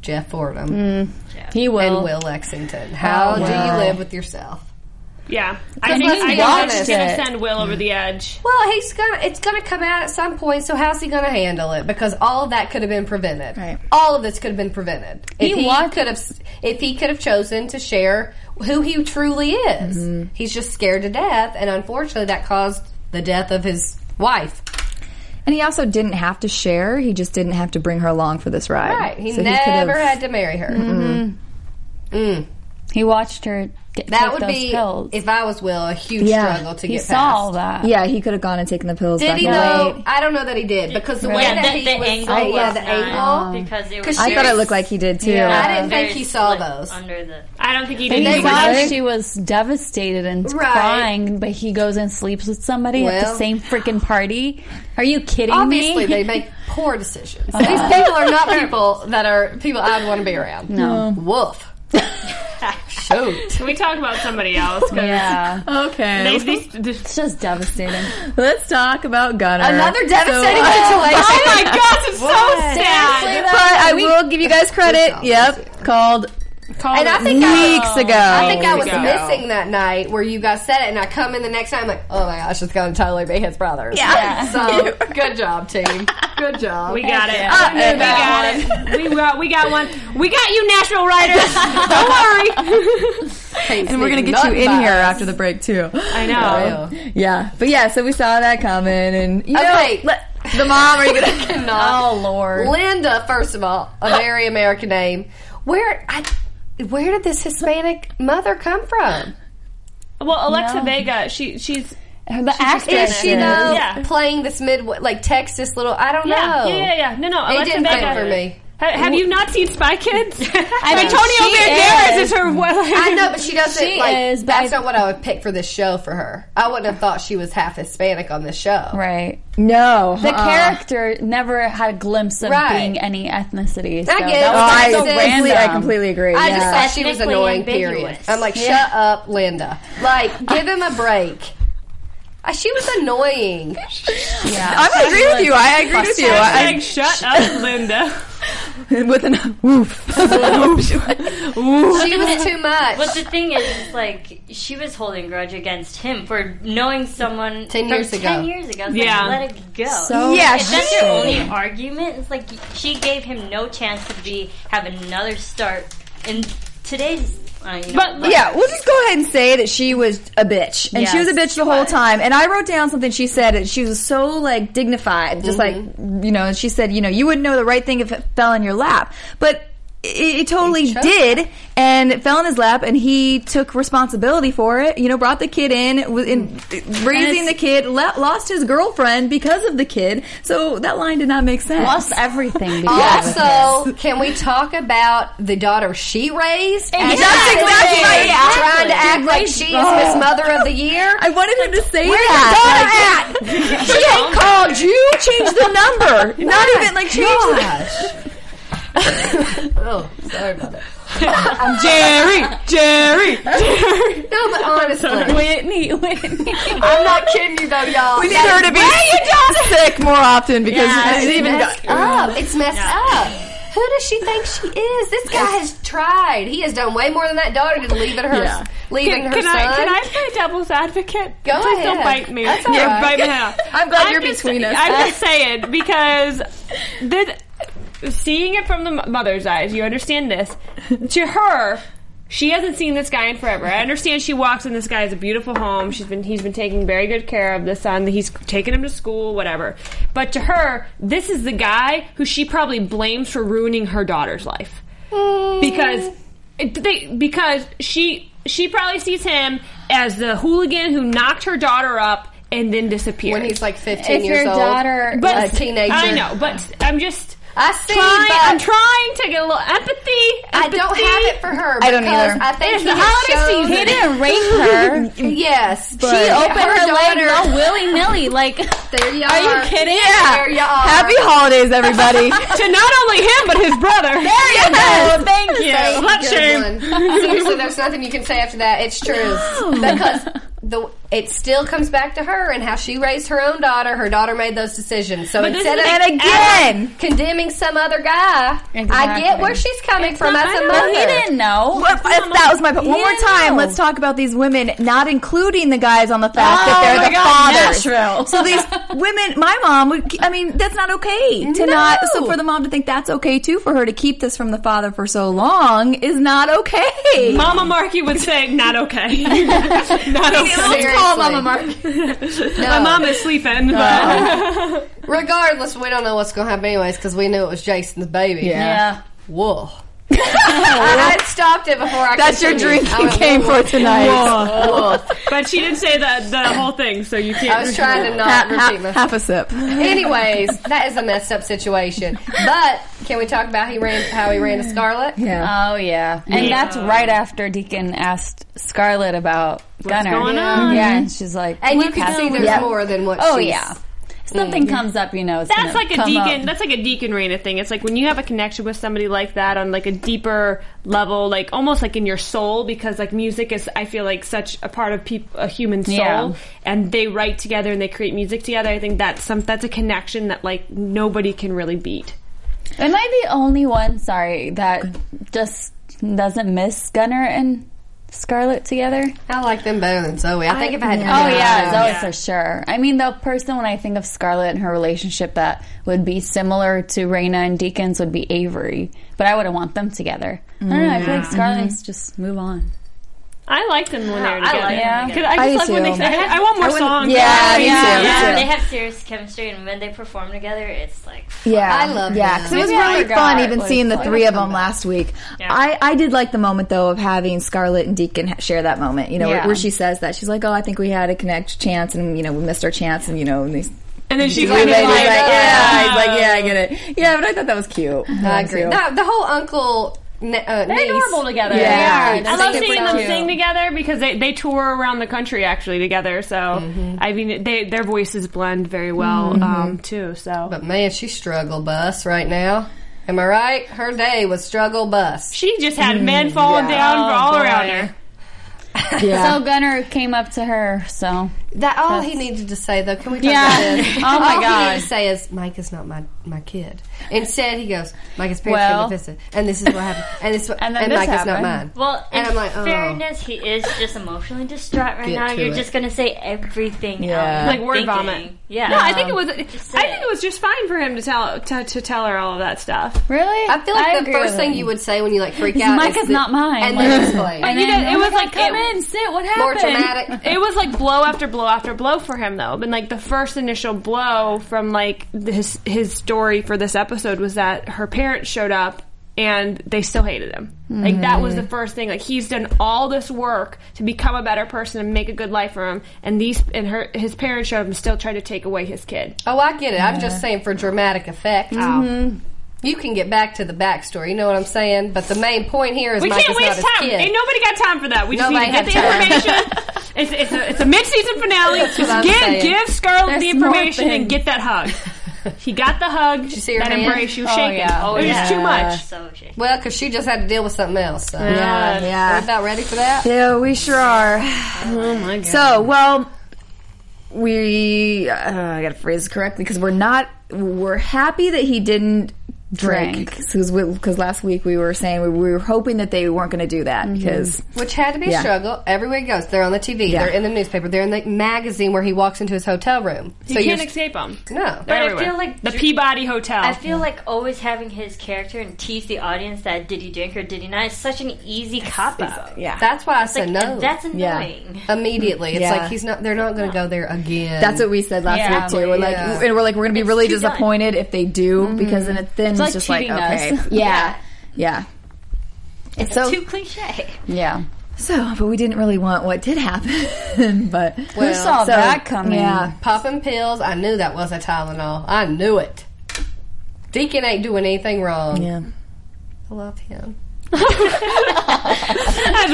Speaker 2: Jeff Fordham
Speaker 5: Mm, He
Speaker 2: and
Speaker 5: will.
Speaker 2: Will Lexington.
Speaker 5: oh,
Speaker 2: How do you live with yourself?
Speaker 4: Yeah, I think
Speaker 2: let's
Speaker 4: I
Speaker 2: be
Speaker 4: think I'm
Speaker 2: honest.
Speaker 4: just gonna send Will over the edge.
Speaker 2: Well, he's gonna it's gonna come out at some point, so how's he gonna handle it? Because all of that could have been prevented.
Speaker 3: Right.
Speaker 2: All of this could have been prevented. If
Speaker 5: He
Speaker 2: he,
Speaker 5: walked-
Speaker 2: could have if he could have chosen to share who he truly is.
Speaker 3: Mm-hmm.
Speaker 2: He's just scared to death and unfortunately that caused the death of his wife.
Speaker 3: And he also didn't have to share. He just didn't have to bring her along for this ride.
Speaker 2: Right. He
Speaker 3: So could've-
Speaker 2: never had to marry her.
Speaker 3: Mm-hmm.
Speaker 6: Mm-hmm.
Speaker 2: Mm.
Speaker 5: He watched her get
Speaker 2: That
Speaker 5: take
Speaker 2: would
Speaker 5: those
Speaker 2: be
Speaker 5: pills.
Speaker 2: if I was Will, a huge
Speaker 3: Yeah.
Speaker 2: struggle to
Speaker 5: he
Speaker 2: get
Speaker 5: saw
Speaker 2: past.
Speaker 5: all that.
Speaker 3: Yeah, he could have gone and taken the pills.
Speaker 2: Did
Speaker 3: back
Speaker 2: he
Speaker 3: in the
Speaker 2: though?
Speaker 3: day.
Speaker 2: I don't know that he did because the way
Speaker 6: Yeah,
Speaker 2: that
Speaker 6: the,
Speaker 2: he
Speaker 6: the
Speaker 2: was,
Speaker 6: angle.
Speaker 2: oh, yeah,
Speaker 6: was
Speaker 2: the
Speaker 6: not-
Speaker 2: angle.
Speaker 6: because it
Speaker 2: 'Cause
Speaker 6: was.
Speaker 3: I
Speaker 2: she
Speaker 3: thought
Speaker 2: was-
Speaker 3: it looked like he did too.
Speaker 2: Yeah. I
Speaker 6: very
Speaker 2: didn't think he saw
Speaker 6: slick
Speaker 2: those.
Speaker 6: under the.
Speaker 4: I don't think he
Speaker 5: And
Speaker 4: did.
Speaker 5: he
Speaker 4: either.
Speaker 5: thought
Speaker 3: Really?
Speaker 5: she was devastated and
Speaker 2: Right.
Speaker 5: crying, but he goes and sleeps with somebody at the
Speaker 2: Well.
Speaker 5: same freaking party. Are you kidding me?
Speaker 2: Obviously, they make poor decisions.
Speaker 3: Uh-huh.
Speaker 2: These people are not people that are people I'd want to be around. No, woof. Shoot.
Speaker 4: Can we talk about somebody else? 'Cause
Speaker 5: yeah,
Speaker 3: Okay.
Speaker 4: they- these- this-
Speaker 5: it's just devastating.
Speaker 3: Let's talk about Gunner.
Speaker 2: Another devastating
Speaker 3: So, uh,
Speaker 2: situation.
Speaker 4: oh my gosh, it's so sad.
Speaker 3: but I will give you guys credit.
Speaker 2: songs,
Speaker 3: Yep, called
Speaker 2: And I think I,
Speaker 3: weeks ago.
Speaker 2: I think I
Speaker 3: Oh,
Speaker 2: was
Speaker 4: Ago.
Speaker 2: missing that night where you guys said it, and I come in the next time like, oh my gosh, it's going to totally be his brother.
Speaker 3: Yeah.
Speaker 2: So good job, team. Good job.
Speaker 4: We got it.
Speaker 2: I knew
Speaker 4: Uh, we
Speaker 2: that
Speaker 4: got
Speaker 2: one.
Speaker 4: it. We got we got one. We got you, National Writers. Don't worry.
Speaker 3: and we're gonna get you in here after the break too.
Speaker 4: I know.
Speaker 3: Oh, Yeah, but yeah, so we saw that coming, and you
Speaker 2: Okay.
Speaker 3: know, let- the mom. Are you gonna?
Speaker 2: Cannot.
Speaker 5: Oh Lord,
Speaker 2: Linda, first of all, a very American name. Where I, where did this Hispanic mother come from?
Speaker 4: Well, Alexa
Speaker 5: No.
Speaker 4: Vega, she she's
Speaker 5: the actress.
Speaker 2: Is she though
Speaker 4: Yeah.
Speaker 2: playing this mid like Texas little? I don't
Speaker 4: yeah,
Speaker 2: know.
Speaker 4: yeah, yeah, yeah. No, no,
Speaker 2: It
Speaker 4: Alexa
Speaker 2: didn't
Speaker 4: Vega.
Speaker 2: fit for me.
Speaker 4: Ha- Have you not seen Spy Kids?
Speaker 5: she
Speaker 4: Antonio Banderas is, her.
Speaker 2: I know, but she doesn't.
Speaker 5: She
Speaker 2: like,
Speaker 5: is, but
Speaker 2: that's
Speaker 5: I-
Speaker 2: not what I would pick for this show for her. I wouldn't have thought she was half Hispanic on this show.
Speaker 5: Right.
Speaker 3: No,
Speaker 5: The
Speaker 3: uh-uh.
Speaker 5: character never had a glimpse of
Speaker 2: Uh. Right.
Speaker 5: being any ethnicity. So
Speaker 2: I get it.
Speaker 5: that
Speaker 3: Oh,
Speaker 5: was
Speaker 3: I,
Speaker 5: so
Speaker 3: completely, I
Speaker 5: random.
Speaker 3: completely agree.
Speaker 2: I
Speaker 3: yeah.
Speaker 2: just thought she was
Speaker 6: Ethnically
Speaker 2: annoying. Period.
Speaker 6: ambiguous.
Speaker 2: I'm like, shut up, Linda. Like, give him a break. Uh, She was annoying.
Speaker 3: I'm gonna agree with you. I agree with you. I,
Speaker 4: Hashtag shut up, Linda.
Speaker 3: with an woof.
Speaker 2: She was too much.
Speaker 6: But the thing is, is, like she was holding grudge against him for knowing
Speaker 2: 10
Speaker 6: someone from
Speaker 2: years
Speaker 6: Ten
Speaker 2: ago.
Speaker 6: years ago, It's
Speaker 4: Yeah.
Speaker 6: like, let it go.
Speaker 5: So
Speaker 3: Yeah,
Speaker 6: if that's
Speaker 3: she-
Speaker 6: your only argument, it's like she gave him no chance to be have another start in today's. Uh, you know,
Speaker 4: But-
Speaker 6: life.
Speaker 3: Yeah, we'll just go ahead and say that she was a bitch, and she was a bitch the whole time. And I wrote down something she said, and she was so like dignified, just like you know. And she said, you know, you wouldn't know the right thing if it fell in your lap, but. It, it totally
Speaker 2: chose
Speaker 3: did, and it fell in his lap, and he took responsibility for it. You know, brought the kid in, w- in raising the kid, le- lost his girlfriend because of the kid. So that line did not make sense.
Speaker 5: lost everything. because of it.
Speaker 2: Also, can we talk about the daughter she raised?
Speaker 5: Exactly.
Speaker 2: That's
Speaker 3: Exactly.
Speaker 2: Trying to act like
Speaker 5: raised-
Speaker 2: she is Miss Mother of the Year.
Speaker 3: I wanted him to say
Speaker 2: Where's
Speaker 3: that. Where's your daughter at? she ain't called you. Change the number. Not even like change the.
Speaker 2: Oh, sorry about that.
Speaker 4: Jerry, Jerry.
Speaker 2: No, but honestly,
Speaker 5: Whitney, Whitney.
Speaker 2: I'm not kidding you though, y'all.
Speaker 3: We need her to be sick more often because
Speaker 5: Yeah,
Speaker 3: she's even got.
Speaker 2: messed up. It's messed up. Who does she think she is? This guy has tried. He has done way more than that daughter did leaving her,
Speaker 3: Yeah.
Speaker 2: leaving
Speaker 4: Can,
Speaker 2: her
Speaker 4: can
Speaker 2: son.
Speaker 4: I can I play devil's advocate?
Speaker 2: Go
Speaker 4: Please don't
Speaker 2: ahead.
Speaker 4: bite me.
Speaker 2: That's all
Speaker 4: Or
Speaker 2: right.
Speaker 4: bite my head off.
Speaker 3: I'm glad you're
Speaker 4: just-
Speaker 3: between us.
Speaker 4: I'm just saying because the, seeing it from the mo- mother's eyes, you understand this. To her, she hasn't seen this guy in forever. I understand she walks in this guy has a beautiful home. She's been he's been taking very good care of the son. He's taken him to school, whatever. But to her, this is the guy who she probably blames for ruining her daughter's life because it- they, because she she probably sees him as the hooligan who knocked her daughter up and then disappear.
Speaker 2: when he's like 15
Speaker 5: If
Speaker 2: years
Speaker 5: your
Speaker 2: old.
Speaker 5: daughter,
Speaker 4: but
Speaker 2: a teenager.
Speaker 4: I know, but I'm just.
Speaker 2: I see,
Speaker 4: Trying,
Speaker 2: but
Speaker 4: I'm trying to get a little empathy.
Speaker 2: I don't
Speaker 4: empathy.
Speaker 2: have it for her.
Speaker 3: I don't
Speaker 2: because
Speaker 3: either.
Speaker 2: I think
Speaker 4: It's
Speaker 2: he
Speaker 4: the
Speaker 2: just
Speaker 4: holiday
Speaker 2: showed
Speaker 5: he
Speaker 4: season.
Speaker 5: didn't rape her.
Speaker 2: that- Yes, but
Speaker 5: she opened her, leg
Speaker 2: daughter-
Speaker 5: all willy nilly. Like,
Speaker 2: There you are.
Speaker 5: are you kidding?
Speaker 2: There you are.
Speaker 3: Happy holidays, everybody.
Speaker 4: to not only him but his brother.
Speaker 5: There you go. Thank you.
Speaker 2: That's a
Speaker 4: Not
Speaker 2: good
Speaker 4: shame.
Speaker 2: one. Seriously, there's nothing you can say after that. It's true because the it still comes back to her and how she raised her own daughter. Her daughter made those decisions. So
Speaker 4: this
Speaker 2: instead
Speaker 4: is-
Speaker 2: of
Speaker 3: and again,
Speaker 2: condemning some other guy, I get
Speaker 5: Exactly.
Speaker 2: where she's coming from
Speaker 4: not-
Speaker 2: as a
Speaker 4: I
Speaker 2: mother.
Speaker 5: Well, he didn't know.
Speaker 3: But if that was my point. One more
Speaker 5: Yeah.
Speaker 3: time, let's talk about these women, not including the guys on the fact that
Speaker 5: Oh
Speaker 3: they're
Speaker 5: my
Speaker 3: the
Speaker 5: God,
Speaker 3: fathers. So these women, my mom would. I mean, that's not okay to not. So for the mom to think that's okay too, for her to keep this from the father for so long is not okay.
Speaker 4: Mama Marky would say, "Not okay, not okay."
Speaker 2: Seriously.
Speaker 4: My mom is sleeping.
Speaker 2: Oh, Regardless, we don't know what's going to happen anyways because we knew it was Jason's baby.
Speaker 5: Yeah.
Speaker 2: Whoa. I, I stopped it before I.
Speaker 3: That's your
Speaker 2: continued.
Speaker 3: drink
Speaker 2: I
Speaker 3: you
Speaker 2: went,
Speaker 3: came for tonight.
Speaker 4: But, but she did say the the whole thing, so you can't.
Speaker 2: I was trying to
Speaker 3: Ha-
Speaker 2: not
Speaker 3: ha-
Speaker 2: repeat myself.
Speaker 3: half a sip.
Speaker 2: Anyways, that is a messed up situation. But can we talk about he ran how he ran to Scarlet?
Speaker 3: Yeah.
Speaker 5: Oh yeah, and that's right after Deacon asked Scarlett about Gunner.
Speaker 4: going on?
Speaker 5: Yeah, and she's like,
Speaker 2: And you
Speaker 5: "Look
Speaker 2: can
Speaker 5: how
Speaker 2: see there's
Speaker 5: we-"
Speaker 2: more than what.
Speaker 5: Oh
Speaker 2: she's-
Speaker 5: yeah, something comes up, you know. It's
Speaker 4: That's
Speaker 5: gonna
Speaker 4: like a
Speaker 5: come
Speaker 4: deacon.
Speaker 5: up.
Speaker 4: That's like a deacon Raina thing. It's like when you have a connection with somebody like that on like a deeper level, like almost like in your soul, because like music is, I feel like such a part of peop- a human soul,
Speaker 5: Yeah.
Speaker 4: and they write together and they create music together. I think that's some that's a connection that like nobody can really beat.
Speaker 5: Am I the only one? Sorry, that just doesn't miss Gunner and Scarlett together.
Speaker 2: I like them better than Zoe. I think if I had to,
Speaker 5: Oh
Speaker 2: pick
Speaker 5: yeah,
Speaker 2: one,
Speaker 5: Zoe for sure. I mean, the person when I think of Scarlett and her relationship that would be similar to Raina and Deacon's would be Avery, but I wouldn't want them together. I don't know. I feel like Scarlett needs to just move on.
Speaker 4: I like them when they're together.
Speaker 6: them
Speaker 5: Yeah.
Speaker 6: together.
Speaker 4: 'Cause I
Speaker 3: I
Speaker 4: just
Speaker 3: do
Speaker 4: love when
Speaker 3: too.
Speaker 4: they say, "I want more songs."
Speaker 3: Yeah,
Speaker 5: Yeah,
Speaker 3: me too. me
Speaker 6: Yeah,
Speaker 3: too.
Speaker 6: they have serious chemistry, and when they perform together, it's like
Speaker 3: Yeah,
Speaker 2: I love
Speaker 3: Yeah,
Speaker 2: them.
Speaker 3: because it was
Speaker 5: Maybe I
Speaker 3: really
Speaker 5: forgot
Speaker 3: fun
Speaker 5: it
Speaker 3: even
Speaker 5: was
Speaker 3: seeing the
Speaker 5: like-
Speaker 3: three of them last week. I I did like the moment though of having Scarlett and Deacon ha- share that moment. You know, where,
Speaker 5: Yeah.
Speaker 3: where she says that she's like, "Oh, I think we had a connect chance, and you know, we missed our chance, and you know." And
Speaker 5: Oh
Speaker 3: these,
Speaker 4: and then she's
Speaker 3: Blue
Speaker 4: like,
Speaker 3: baby's like,
Speaker 4: like,
Speaker 3: yeah, he's like, yeah, I get it. Yeah, but I thought that was cute.
Speaker 2: I agree.
Speaker 3: So-
Speaker 2: No, the whole uncle. Ne- uh,
Speaker 4: They're
Speaker 2: niece.
Speaker 4: adorable together.
Speaker 3: Yeah.
Speaker 2: They are.
Speaker 4: I love
Speaker 2: They're
Speaker 4: seeing
Speaker 2: super
Speaker 4: them
Speaker 2: cute.
Speaker 4: sing together because they, they tour around the country actually together. So
Speaker 3: Mm-hmm.
Speaker 4: I mean, they their voices blend very well um, too. So
Speaker 2: But man, she struggle bus right now. Am I right? Her day was struggle bus.
Speaker 4: she just
Speaker 3: Mm-hmm.
Speaker 4: had men falling down all around her.
Speaker 3: yeah.
Speaker 5: So Gunner came up to her, so
Speaker 2: That all he needed to say though. Can we talk
Speaker 5: Yeah.
Speaker 2: about this?
Speaker 5: Oh, my
Speaker 2: all he
Speaker 5: God.
Speaker 2: needed to say is Mike is not my my kid. Instead, he goes, Mike is parents
Speaker 5: Well.
Speaker 2: came to visit, and this is what happened, and this is what,
Speaker 5: And then
Speaker 2: and,
Speaker 5: this
Speaker 2: Mike is not
Speaker 5: happened.
Speaker 2: mine.
Speaker 6: Well, in
Speaker 2: And I'm like, oh.
Speaker 6: fairness, he is just emotionally distraught right
Speaker 2: Get
Speaker 6: now.
Speaker 2: to
Speaker 6: You're
Speaker 2: it.
Speaker 6: just gonna say everything.
Speaker 3: Yeah.
Speaker 6: out.
Speaker 4: Like word
Speaker 6: Thinking.
Speaker 4: vomit.
Speaker 6: Yeah.
Speaker 4: No, I think it was.
Speaker 6: say
Speaker 4: I think
Speaker 6: it.
Speaker 4: it was just fine for him to tell to, to tell her all of that stuff.
Speaker 5: really,
Speaker 2: I feel like the
Speaker 5: agree
Speaker 2: first
Speaker 5: with
Speaker 2: thing
Speaker 5: him.
Speaker 2: you would say when you like freak
Speaker 5: He's,
Speaker 2: out
Speaker 5: "Mike is
Speaker 2: the-
Speaker 5: not mine."
Speaker 2: and
Speaker 5: Like-
Speaker 2: then explain.
Speaker 5: And
Speaker 4: You
Speaker 5: then,
Speaker 4: know, it
Speaker 5: oh my
Speaker 4: was like-
Speaker 5: God, come
Speaker 4: it-
Speaker 5: in, sit. What happened?
Speaker 2: More dramatic.
Speaker 4: It was like blow after blow after blow for him though. And like the first initial blow from like his his story for this episode was that her parents showed up and they still hated him. Like that was the first thing. Like he's done all this work to become a better person and make a good life for him, and these and her his parents showed up and still tried to take away his kid.
Speaker 2: Oh, I get it. I'm just saying for dramatic effect.
Speaker 5: Mm-hmm.
Speaker 2: Oh. You can get back to the backstory. You know what I'm saying? But the main point here is
Speaker 4: We
Speaker 2: Mike
Speaker 4: can't
Speaker 2: is
Speaker 4: waste
Speaker 2: not his
Speaker 4: time.
Speaker 2: kid.
Speaker 4: Ain't nobody got time for that. We just
Speaker 2: Nobody
Speaker 4: need to get the
Speaker 2: had time.
Speaker 4: information. it's, it's a, it's a mid-season finale.
Speaker 2: what
Speaker 4: Just
Speaker 2: I'm saying.
Speaker 4: give, give Scarlett the
Speaker 5: There's more
Speaker 4: information and
Speaker 5: things.
Speaker 4: get that hug. She got the hug.
Speaker 2: you see her
Speaker 4: that
Speaker 2: hand?
Speaker 4: embrace. She was
Speaker 5: Oh,
Speaker 4: shaking.
Speaker 5: yeah.
Speaker 4: it was
Speaker 6: yeah.
Speaker 4: too much.
Speaker 6: So shaky.
Speaker 2: well, because she just had to deal with something else. So.
Speaker 4: Yeah.
Speaker 2: We're
Speaker 3: yeah.
Speaker 2: about ready for that.
Speaker 3: Yeah, we sure are.
Speaker 4: Oh my god.
Speaker 3: So, well, we, uh, I gotta phrase it correctly, because we're not, we're happy that he didn't drink. Because last week we were saying we, we were hoping that they weren't gonna do that,
Speaker 5: Mm-hmm.
Speaker 3: because
Speaker 2: Which had to be a
Speaker 3: Yeah.
Speaker 2: struggle. Everywhere he goes, they're on the TV,
Speaker 3: Yeah.
Speaker 2: they're in the newspaper, they're in the magazine where he walks into his hotel room.
Speaker 4: you can't
Speaker 2: you're-
Speaker 4: escape them.
Speaker 2: no.
Speaker 6: But I feel like
Speaker 4: the
Speaker 6: dr-
Speaker 4: Peabody Hotel.
Speaker 6: I feel like always having his character and tease the audience that did he drink or did he not is such an easy cop out.
Speaker 3: yeah.
Speaker 2: That's why I said
Speaker 6: Like,
Speaker 2: no.
Speaker 6: That's
Speaker 3: Yeah.
Speaker 6: annoying.
Speaker 2: immediately. It's
Speaker 3: Yeah.
Speaker 2: like he's not. They're not going to go there again.
Speaker 3: That's what we said last
Speaker 5: Yeah.
Speaker 3: week too. We're like,
Speaker 2: Yeah.
Speaker 3: and we're like, we're gonna be
Speaker 6: It's
Speaker 3: really
Speaker 6: too done.
Speaker 3: disappointed if they do because then it then it's,
Speaker 5: Mm-hmm. like
Speaker 3: just like
Speaker 5: cheating us.
Speaker 3: okay, yeah, yeah. It's so
Speaker 6: Too cliche.
Speaker 5: Yeah,
Speaker 3: So, but we didn't really want what did happen. but
Speaker 5: Who saw
Speaker 3: so,
Speaker 5: that coming?
Speaker 3: Yeah,
Speaker 2: Popping pills. I knew that was a Tylenol. I knew it. Deacon ain't doing anything wrong.
Speaker 3: yeah.
Speaker 2: I love him.
Speaker 7: As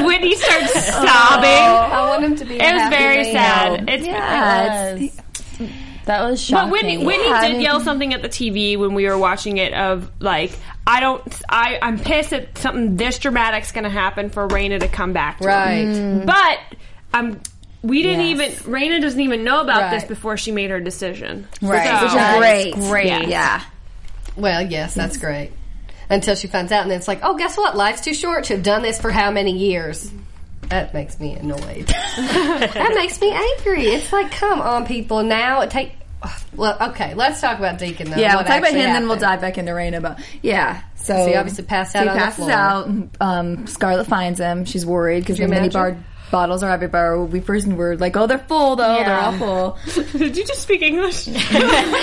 Speaker 7: Whitney starts sobbing.
Speaker 2: Oh, I want him to be. a
Speaker 7: It was
Speaker 2: happy
Speaker 7: very
Speaker 2: man.
Speaker 7: sad. It's
Speaker 3: Yeah, it's-
Speaker 5: That was shocking.
Speaker 7: But Whitney, Whitney
Speaker 3: Yeah, I
Speaker 7: did
Speaker 3: mean-
Speaker 7: yell something at the TV when we were watching it of like, I don't, I, I'm pissed that something this dramatic's going to happen for Raina to come back. To him.
Speaker 2: Right.
Speaker 3: Mm.
Speaker 7: But I'm. Um, We didn't
Speaker 5: Yes.
Speaker 7: even. Raina doesn't even know about this
Speaker 2: Right.
Speaker 7: before she made her decision.
Speaker 3: right.
Speaker 7: So-
Speaker 3: Which
Speaker 5: That
Speaker 3: is
Speaker 5: is
Speaker 3: great.
Speaker 5: great.
Speaker 3: Yeah.
Speaker 2: Well, yes, that's great. Until she finds out, and then it's like, oh, guess what? Life's too short to have done this for how many years? That makes me annoyed. that makes me angry. It's like, come on, people. Now it take. Well, okay, let's talk about Deacon though.
Speaker 3: Yeah,
Speaker 2: what
Speaker 3: we'll talk about him,
Speaker 2: actually
Speaker 3: then we'll
Speaker 2: happened.
Speaker 3: dive back into Raina. But yeah, so,
Speaker 2: So he obviously passed out
Speaker 3: He
Speaker 2: on the
Speaker 3: passes
Speaker 2: floor.
Speaker 3: out. Um, Scarlet finds him. She's worried because the
Speaker 2: you
Speaker 3: mini
Speaker 2: imagine?
Speaker 3: bar bottles are everywhere. We first were like, "Oh, they're full though. They're all full."
Speaker 7: Did you just speak English?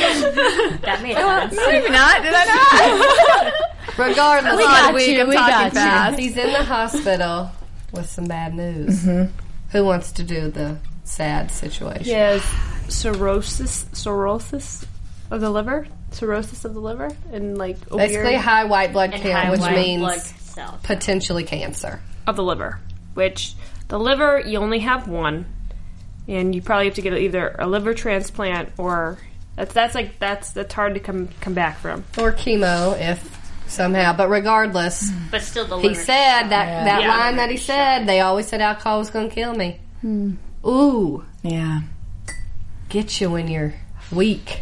Speaker 6: That made sense.
Speaker 3: Maybe not. Did I not?
Speaker 2: Regardless,
Speaker 3: We got you, we
Speaker 2: talking
Speaker 3: got you.
Speaker 2: fast. He's in the hospital with some bad news.
Speaker 3: Mm-hmm.
Speaker 2: Who wants to do the sad situation?
Speaker 7: Yes. Cirrhosis, cirrhosis of the liver, cirrhosis of the liver, and like
Speaker 2: Basically,
Speaker 7: ovarian
Speaker 2: high white blood
Speaker 6: And
Speaker 2: count,
Speaker 6: high
Speaker 2: which
Speaker 6: white
Speaker 2: means
Speaker 6: blood cell.
Speaker 2: potentially cancer.
Speaker 7: of the liver, which the liver you only have one, and you probably have to get either a liver transplant or that's that's like that's that's hard to come come back from.
Speaker 2: or chemo if somehow but
Speaker 3: Hmm.
Speaker 2: regardless
Speaker 6: But still the
Speaker 2: he
Speaker 6: liver.
Speaker 2: said that that
Speaker 7: Yeah.
Speaker 2: line that he said they always said alcohol was going to kill me
Speaker 3: Hmm.
Speaker 2: ooh
Speaker 3: yeah.
Speaker 2: get you when you're weak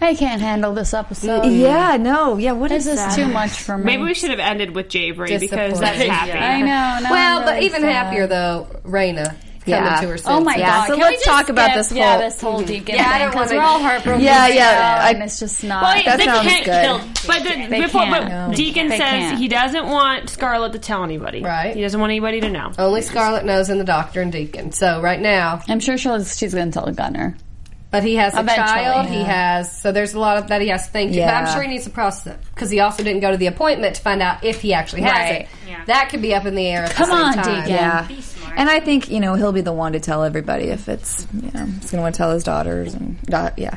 Speaker 2: Mm.
Speaker 5: I can't handle this episode.
Speaker 3: Yeah. No. Yeah. What is
Speaker 5: This
Speaker 3: that?
Speaker 5: is too much for me.
Speaker 7: Maybe we should have ended with Javery because that's
Speaker 2: Disappointing.
Speaker 7: happy.
Speaker 5: I know. No,
Speaker 2: well
Speaker 5: I'm
Speaker 2: but
Speaker 5: really
Speaker 2: even
Speaker 5: sad.
Speaker 2: happier though Raina coming
Speaker 3: Yeah.
Speaker 2: to her senses
Speaker 5: Oh my
Speaker 3: Yeah,
Speaker 5: god!
Speaker 3: so
Speaker 5: Can
Speaker 3: let's
Speaker 5: we just
Speaker 3: talk about
Speaker 5: skip-
Speaker 3: this
Speaker 5: Yeah,
Speaker 3: whole-
Speaker 5: this whole deacon
Speaker 2: Yeah, I
Speaker 5: thing
Speaker 2: don't
Speaker 5: because
Speaker 2: wanna-
Speaker 5: we're all heartbroken.
Speaker 3: Yeah,
Speaker 5: right
Speaker 3: yeah,
Speaker 5: now,
Speaker 3: I-
Speaker 5: and it's just not.
Speaker 3: That
Speaker 7: they
Speaker 3: sounds
Speaker 7: can't
Speaker 3: good.
Speaker 7: kill. But the,
Speaker 5: They
Speaker 7: before,
Speaker 5: can't.
Speaker 7: but
Speaker 5: No.
Speaker 7: Deacon
Speaker 5: They
Speaker 7: says
Speaker 5: can't.
Speaker 7: he doesn't want Scarlett to tell anybody.
Speaker 2: Right.
Speaker 7: He doesn't want anybody to know.
Speaker 2: only Scarlet knows and the doctor and Deacon so right now
Speaker 5: I'm sure she'll. She's going to tell Gunner.
Speaker 2: But he has a
Speaker 5: Eventually,
Speaker 2: child. He
Speaker 5: yeah.
Speaker 2: has so there's a lot of that he has to think. But I'm
Speaker 3: Yeah.
Speaker 2: sure he needs to process because he also didn't go to the appointment to find out if he actually has
Speaker 5: Right.
Speaker 2: it.
Speaker 6: Yeah.
Speaker 2: That could be up in the air. At
Speaker 5: Come
Speaker 2: the same
Speaker 5: on,
Speaker 2: time.
Speaker 5: Deacon.
Speaker 3: Yeah.
Speaker 6: Be smart.
Speaker 3: And I think you know he'll be the one to tell everybody if it's you know he's going to want to tell his daughters and da- yeah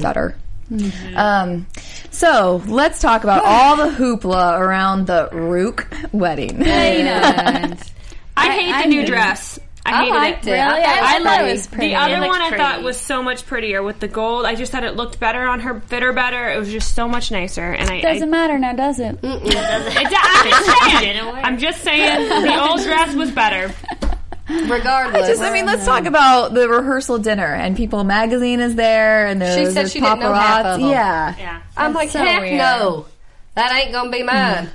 Speaker 3: daughter.
Speaker 2: Mm-hmm.
Speaker 3: Um, so let's talk about all the hoopla around the Rook wedding.
Speaker 7: I, hate the new dress. I, hated
Speaker 2: liked
Speaker 7: it.
Speaker 2: it. I
Speaker 5: Really?
Speaker 2: thought it was
Speaker 5: I, thought it
Speaker 2: pretty.
Speaker 5: was pretty.
Speaker 7: The other
Speaker 6: looked
Speaker 7: one I thought
Speaker 6: pretty.
Speaker 7: was so much prettier with the gold. I just thought it looked better on her, fit her better. It was just so much nicer. And I, I
Speaker 5: doesn't matter now, does it?
Speaker 7: It do- I'm just saying.
Speaker 6: Didn't work.
Speaker 7: I'm just saying the old dress was better.
Speaker 2: Regardless,
Speaker 3: Just, I mean, let's talk about the rehearsal dinner and People Magazine is there and there's
Speaker 2: She said
Speaker 3: this
Speaker 2: she didn't know
Speaker 3: paparazzi-
Speaker 2: half of them.
Speaker 3: Yeah,
Speaker 6: Yeah.
Speaker 2: I'm like,
Speaker 3: so
Speaker 2: heck
Speaker 3: weird.
Speaker 2: no, that ain't gonna be mine.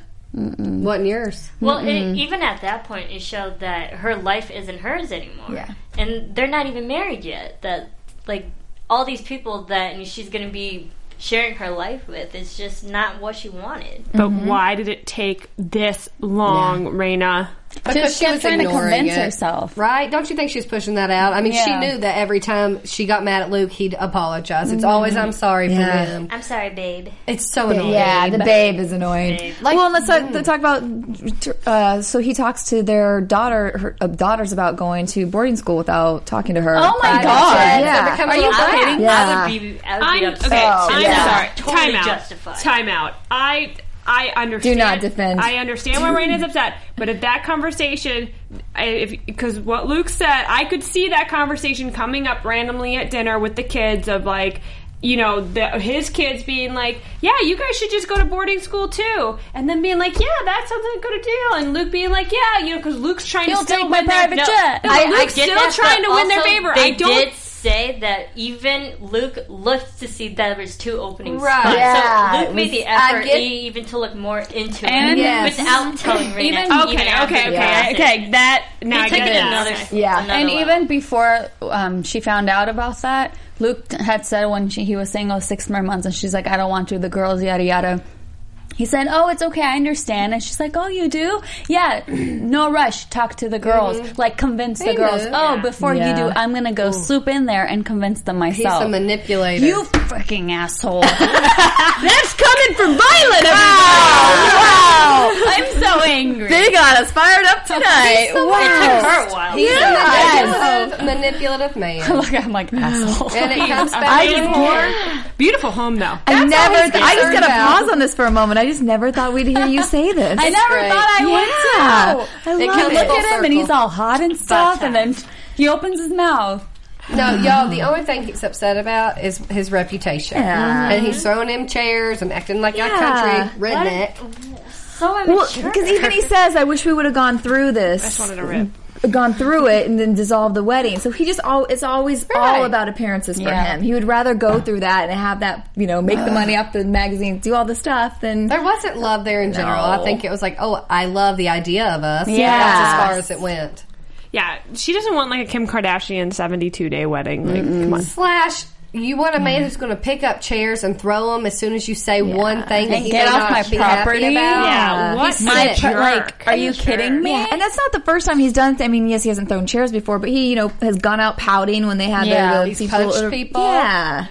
Speaker 2: Wasn't yours.
Speaker 6: Well, it, even at that point, it showed that her life isn't hers anymore.
Speaker 3: Yeah.
Speaker 6: And they're not even married yet. That, like, all these people that she's going to be sharing her life with is just not what she wanted.
Speaker 7: But why did it take this long, Raina?
Speaker 2: Because
Speaker 5: Just
Speaker 2: she
Speaker 5: kept
Speaker 2: was
Speaker 5: trying to
Speaker 2: ignoring
Speaker 5: convince
Speaker 2: it.
Speaker 5: herself.
Speaker 2: Right? Don't you think she's pushing that out? I mean, she
Speaker 5: Yeah.
Speaker 2: knew that every time she got mad at Luke, he'd apologize. It's always, I'm sorry
Speaker 3: Yeah.
Speaker 2: for him.
Speaker 6: I'm sorry, babe.
Speaker 2: It's so annoying.
Speaker 3: yeah. The babe is annoying.
Speaker 6: Babe.
Speaker 3: Like, well, and let's talk, let's talk about. Uh, so he talks to their daughter, her uh, daughters, about going to boarding school without talking to her.
Speaker 5: Oh my
Speaker 3: Private
Speaker 5: God.
Speaker 3: jet.
Speaker 2: Yeah.
Speaker 3: Yeah.
Speaker 2: Are you
Speaker 6: I would,
Speaker 3: Yeah. Oh,
Speaker 6: I would be, I would be
Speaker 7: Oh, I'm okay.
Speaker 6: upset.
Speaker 7: I'm
Speaker 3: yeah.
Speaker 7: sorry.
Speaker 6: Totally
Speaker 7: Time out.
Speaker 6: justified.
Speaker 7: Time out. I I understand.
Speaker 3: Do not defend.
Speaker 7: I understand why Raina's upset, but if that conversation, I- if because what Luke said, I could see that conversation coming up randomly at dinner with the kids of like. You know, the, his kids being like, "Yeah, you guys should just go to boarding school too," and then being like, "Yeah, that sounds like a good deal," and Luke being like, "Yeah, you know," because Luke's trying
Speaker 5: He'll
Speaker 7: to still
Speaker 5: take
Speaker 7: win
Speaker 5: my
Speaker 7: their-
Speaker 5: private
Speaker 7: no,
Speaker 5: jet.
Speaker 7: no,
Speaker 5: I-
Speaker 7: Luke's
Speaker 6: get
Speaker 7: still
Speaker 6: that,
Speaker 7: trying to
Speaker 6: but
Speaker 7: win their
Speaker 6: also
Speaker 7: favor.
Speaker 6: They
Speaker 7: I don't
Speaker 6: did say that even Luke looked to see that there was two openings.
Speaker 2: Right.
Speaker 6: But-
Speaker 3: Yeah,
Speaker 6: So
Speaker 3: it
Speaker 6: Luke made
Speaker 3: was-
Speaker 6: the effort
Speaker 2: I get-
Speaker 6: e- even to look more into
Speaker 5: And-
Speaker 6: it
Speaker 3: Yes.
Speaker 6: without telling Raina.
Speaker 5: Even-
Speaker 7: Okay,
Speaker 6: even after
Speaker 7: okay,
Speaker 6: the
Speaker 7: okay,
Speaker 6: passage.
Speaker 7: okay. That now
Speaker 6: They
Speaker 7: I
Speaker 6: took
Speaker 7: get
Speaker 6: it
Speaker 7: it.
Speaker 6: another,
Speaker 3: Yeah.
Speaker 6: another
Speaker 5: and
Speaker 6: level.
Speaker 5: even before um, she found out about that, Luke had said when she, he was saying, "Oh, six more months," and she's like, "I don't want to." The girls, yada yada. He said, "Oh, it's okay. I understand." And she's like, "Oh, you do? Yeah. No rush. Talk to the girls. Like convince the
Speaker 2: He
Speaker 5: girls.
Speaker 2: knew.
Speaker 5: Oh, before you
Speaker 3: Yeah.
Speaker 5: do, I'm gonna go swoop in there and convince them
Speaker 2: He's
Speaker 5: myself."
Speaker 2: a manipulator.
Speaker 5: You freaking asshole.
Speaker 3: That's coming from Violet. Wow! wow.
Speaker 5: I'm so angry.
Speaker 3: They got us fired up tonight.
Speaker 6: It took
Speaker 3: wow.
Speaker 6: her a while.
Speaker 2: He's
Speaker 3: Yeah.
Speaker 2: a manipulative, manipulative man.
Speaker 5: Look, I'm like asshole.
Speaker 2: And it comes back
Speaker 4: I
Speaker 2: to
Speaker 4: just can't. Beautiful home though.
Speaker 3: I never.
Speaker 2: always
Speaker 3: Th- I just
Speaker 2: concerned
Speaker 3: gotta
Speaker 2: about.
Speaker 3: pause on this for a moment. I just never thought we'd hear you say this.
Speaker 5: I never
Speaker 2: great.
Speaker 5: thought I
Speaker 3: Yeah.
Speaker 5: would too.
Speaker 3: I
Speaker 2: It
Speaker 3: love
Speaker 2: comes
Speaker 3: it.
Speaker 5: Look
Speaker 2: Full
Speaker 5: at him, and
Speaker 2: circle.
Speaker 5: he's all hot and stuff, and then he opens his mouth.
Speaker 2: No, y'all, the only thing he's upset about is his reputation.
Speaker 3: Yeah.
Speaker 2: And he's throwing him chairs and acting like a
Speaker 3: Yeah.
Speaker 2: country redneck.
Speaker 6: So
Speaker 3: Well,
Speaker 6: immature.
Speaker 3: because even he says, "I wish we would have gone through this." uh,
Speaker 4: wanted to rip.
Speaker 3: Gone through it and then dissolved the wedding. So he just all it's always all
Speaker 2: Right.
Speaker 3: about appearances for
Speaker 5: Yeah.
Speaker 3: him. He would rather go through that and have that you know make the money off the magazines, do all the stuff than
Speaker 2: There wasn't love there in general. I think it was like, oh, I love the idea of us.
Speaker 5: Yeah.
Speaker 2: That's as far as it went.
Speaker 4: Yeah, she doesn't want like a Kim Kardashian 72 day wedding. Like, come on.
Speaker 2: Slash, you want a man who's going to pick up chairs and throw them as soon as you say one thing that
Speaker 5: And
Speaker 2: he
Speaker 5: get
Speaker 2: may
Speaker 5: off
Speaker 2: not
Speaker 5: my
Speaker 2: be
Speaker 5: property.
Speaker 2: Happy about.
Speaker 4: Yeah, what
Speaker 2: He's
Speaker 4: my
Speaker 2: sick.
Speaker 4: jerk.
Speaker 5: Like, are you kidding me?
Speaker 3: Yeah, and that's not the first time he's done. I mean, yes, he hasn't thrown chairs before, but he, you know, has gone out pouting when they had
Speaker 5: Yeah.
Speaker 3: their the
Speaker 5: He's
Speaker 2: punched people.
Speaker 3: Yeah,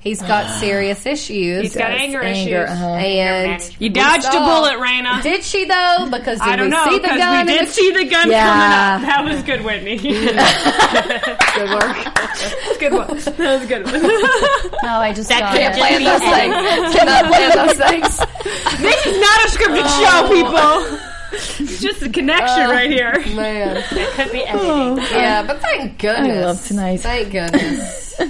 Speaker 2: He's got serious issues.
Speaker 4: He's got anger, issues.
Speaker 3: uh-huh.
Speaker 2: and
Speaker 4: You dodged a
Speaker 2: saw-
Speaker 4: bullet, Raina.
Speaker 2: Did she though? Because did
Speaker 4: I don't
Speaker 2: we
Speaker 4: know
Speaker 2: see the
Speaker 4: because
Speaker 2: gun?
Speaker 4: we
Speaker 2: in
Speaker 4: did
Speaker 2: the-
Speaker 4: see the gun
Speaker 3: Yeah.
Speaker 4: coming up. That was good, Whitney.
Speaker 2: Good work.
Speaker 4: good one. That was a good one.
Speaker 5: Oh, I just that
Speaker 6: could just be edited.
Speaker 2: Cannot plan those things.
Speaker 4: this is not a scripted
Speaker 2: Oh.
Speaker 4: show, people. It's just a connection right here.
Speaker 2: Man.
Speaker 6: It could be editing.
Speaker 2: Yeah, but thank goodness.
Speaker 3: I love tonight.
Speaker 2: Thank goodness.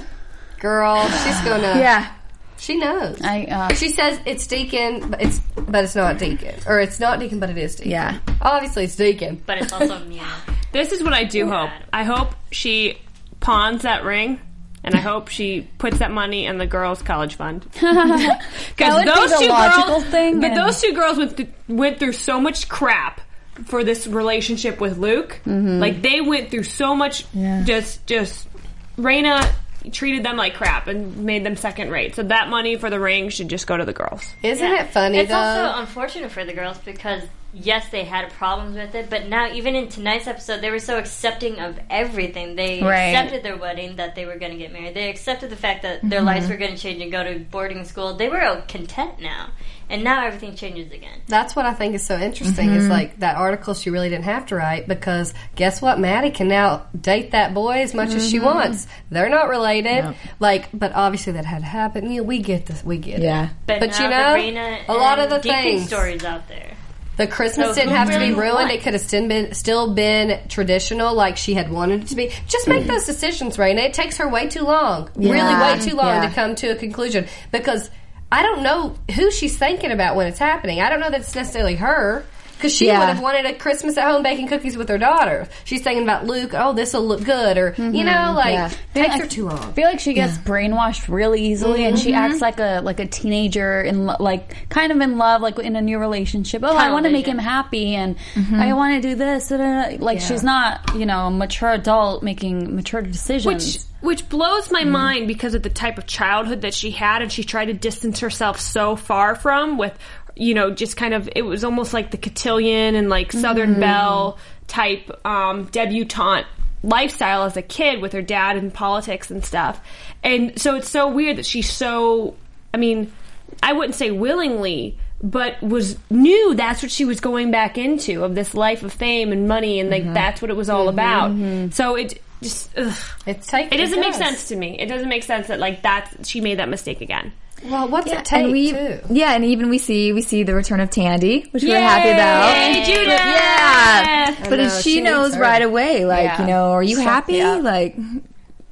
Speaker 2: Girl, she's gonna.
Speaker 3: yeah.
Speaker 2: She knows.
Speaker 5: I, uh,
Speaker 2: she says it's Deacon, but it's but it's not Deacon, or it's not Deacon, but it is Deacon.
Speaker 3: Yeah.
Speaker 2: Obviously, it's Deacon.
Speaker 6: But it's also mean.
Speaker 4: This is what I do hope. I hope she pawns that ring. And I hope she puts that money in the girls' college fund. Because
Speaker 5: would be the logical thing,
Speaker 4: but
Speaker 5: and-
Speaker 4: those two girls went, th- went through so much crap for this relationship with Luke.
Speaker 5: Mm-hmm.
Speaker 4: Like they went through so much. Just, just Raina treated them like crap and made them second rate. So that money for the ring should just go to the girls.
Speaker 2: Isn't it funny
Speaker 6: It's
Speaker 2: though?
Speaker 6: also unfortunate for the girls because yes, they had problems with it, but now even in tonight's episode, they were so accepting of everything. They
Speaker 3: Right.
Speaker 6: accepted their wedding, that they were going to get married. They accepted the fact that
Speaker 2: Mm-hmm.
Speaker 6: their lives were going to change and go to boarding school. They were all content now, and now everything changes again.
Speaker 2: That's what I think is so interesting.
Speaker 3: Mm-hmm.
Speaker 2: Is like that article she really didn't have to write because guess what? Maddie can now date that boy as much as she
Speaker 3: Mm-hmm.
Speaker 2: wants. They're not related. Like, but obviously that had to happen. Yeah, we get this. We get it.
Speaker 3: Yeah.
Speaker 6: But,
Speaker 2: But
Speaker 6: now
Speaker 2: you know,
Speaker 6: the Rena
Speaker 2: a lot
Speaker 6: and
Speaker 2: of the
Speaker 6: Deacon
Speaker 2: things-
Speaker 6: stories out there.
Speaker 2: The Christmas
Speaker 6: So
Speaker 2: didn't
Speaker 6: who
Speaker 2: have to
Speaker 6: really
Speaker 2: be ruined.
Speaker 6: won?
Speaker 2: It could have still been still been traditional, like she had wanted it to be. Just make those decisions, Raina. It takes her way too long, really way too long
Speaker 3: Yeah.
Speaker 2: to come to a conclusion because I don't know who she's thinking about when it's happening. I don't know that it's necessarily her. Because she
Speaker 3: Yeah.
Speaker 2: would have wanted a Christmas at home baking cookies with her daughter. She's thinking about Luke. Oh, this will look good, or you know, like
Speaker 3: Yeah.
Speaker 2: takes
Speaker 5: I
Speaker 2: her too long.
Speaker 5: feel like she gets brainwashed really easily, and she
Speaker 2: Mm-hmm.
Speaker 5: acts like a like a teenager in lo- like kind of in love, like in a new relationship. Oh, I want to make him happy, and
Speaker 2: Mm-hmm.
Speaker 5: I want to do this. da, da, da. Like she's not, you know, a mature adult making mature decisions.
Speaker 4: which which blows my mind because of the type of childhood that she had and she tried to distance herself so far from with you know just kind of it was almost like the cotillion and like southern belle type um debutante lifestyle as a kid with her dad and politics and stuff and so it's so weird that she's so i mean i wouldn't say willingly but was knew that's what she was going back into of this life of fame and money and like that's what it was all about so it just ugh.
Speaker 2: It's take,
Speaker 4: It doesn't make
Speaker 2: does.
Speaker 4: sense to me. It doesn't make sense that like that she made that mistake again.
Speaker 2: Well, what's it take
Speaker 3: And we,
Speaker 2: too?
Speaker 3: yeah, and even we see we see the return of Tandy, which we're happy about.
Speaker 4: Yay, Judith!
Speaker 3: Yeah,
Speaker 2: I
Speaker 3: but
Speaker 2: know,
Speaker 3: if
Speaker 2: she
Speaker 3: she,
Speaker 2: needs
Speaker 3: knows
Speaker 2: her.
Speaker 3: right away, like you know, are you happy?
Speaker 5: yeah.
Speaker 3: Like